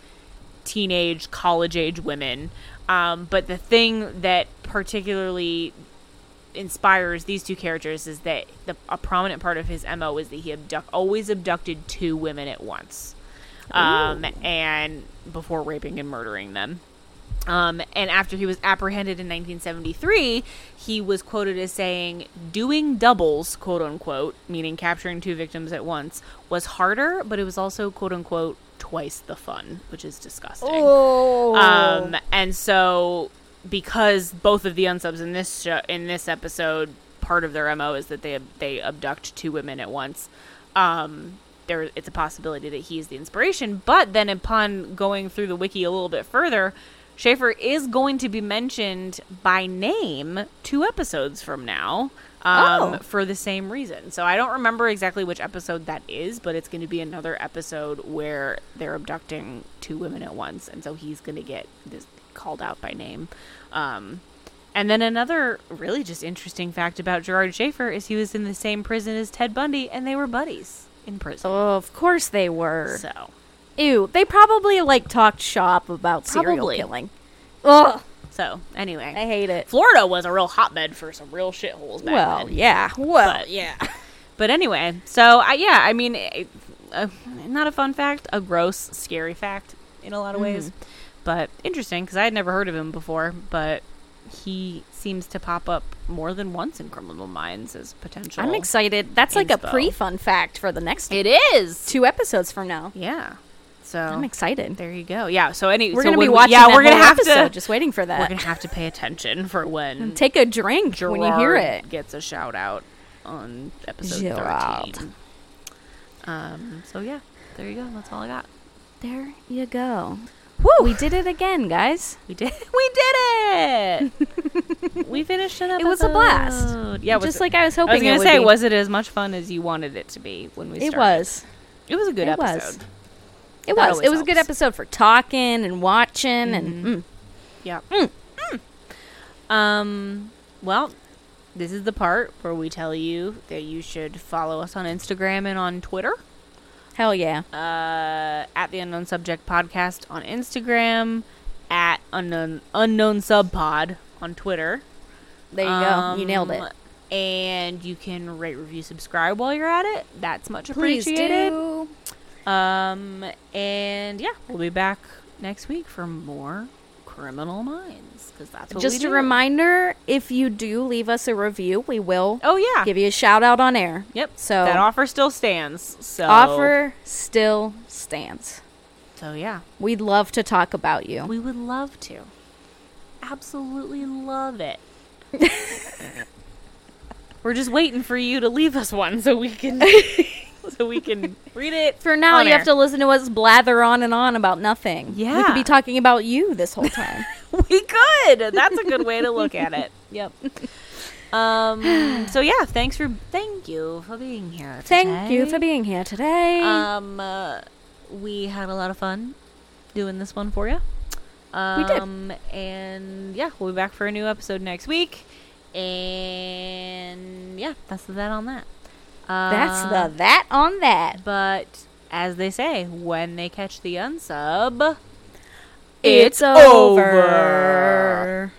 teenage college age women um, but the thing that particularly inspires these two characters is that the, a prominent part of his mo is that he abduct, always abducted two women at once um, and before raping and murdering them um, and after he was apprehended in 1973, he was quoted as saying, doing doubles, quote unquote, meaning capturing two victims at once, was harder, but it was also, quote unquote, twice the fun, which is disgusting.
Oh.
Um, and so because both of the unsubs in this show, in this episode, part of their mo is that they they abduct two women at once. Um, there it's a possibility that he is the inspiration. But then upon going through the wiki a little bit further. Schaefer is going to be mentioned by name two episodes from now um,
Oh.
for the same reason. So I don't remember exactly which episode that is, but it's going to be another episode where they're abducting two women at once, and so he's going to get this called out by name. Um, and then another really just interesting fact about Gerard Schaefer is he was in the same prison as Ted Bundy, and they were buddies in prison.
Oh, of course they were.
So
Ew, they probably like talked shop about serial
Probably.
killing. Ugh,
so anyway,
I hate it.
Florida was a real hotbed for some real shitholes back
Well,
then.
yeah. Well,
But-
yeah.
But anyway, so I, yeah, I mean, it, uh, not a fun fact, a gross, scary fact in a lot of ways,
Mm-hmm.
but interesting because I had never heard of him before. But he seems to pop up more than once in Criminal Minds as potential.
I'm excited. That's like a
Inspo.
pre-fun fact for the next
It is.
two episodes from now.
Yeah. So
I'm excited.
there you go. Yeah. So any
We're
so
gonna
when
be
we-
watching.
Yeah,
that
we're gonna
whole
have
episode,
to.
just waiting for
we're
that.
gonna have to pay attention for when
Take a drink
Gerard
when you hear it.
gets a shout out on episode
Gerard.
thirteen. Um. So yeah, there you go. That's all I got.
There you go.
Woo!
We did it again, guys.
We did. We did it. we finished it.
It was a blast.
Yeah, it was
just like I was hoping.
I was gonna
it would
say,
be.
was it as much fun as you wanted it to be when we?
It
started?
was.
It was a good
It was.
episode.
It
That
was. It was
always
a good
helps.
episode for talking and watching and. Mm.
Yeah. Mm. Um. Well, this is the part where we tell you that you should follow us on Instagram and on Twitter.
Hell yeah.
uh, at the unknown subject podcast on Instagram, at unknown unknown sub pod on Twitter.
There you go. You nailed it.
Um, And you can rate, review, subscribe while you're at it. That's much
Please
appreciated.
do.
Um, and yeah, we'll be back next week for more Criminal Minds because that's what we
Just a
do.
reminder if you do leave us a review, we will
Oh yeah.
give you a shout out on air.
yep.
So-
that offer still stands. So
Offer still stands.
So yeah,
We'd love to talk about you.
we would love to. Absolutely love it. We're just waiting for you to leave us one so we can so we can read it.
For now,
on
you
air.
have to listen to us blather on and on about nothing. We
Yeah.
could be talking about you this whole time.
We could. That's a good way to look at it.
yep.
Um. So yeah, thanks for thank you for being here.
Thank you
today.
for being here today.
Um, uh, we had a lot of fun doing this one for you.
We did.
Um, and yeah, we'll be back for a new episode next week. And yeah, that's the that on that. Uh,
That's the that on that.
But as they say, when they catch the unsub,
It's over.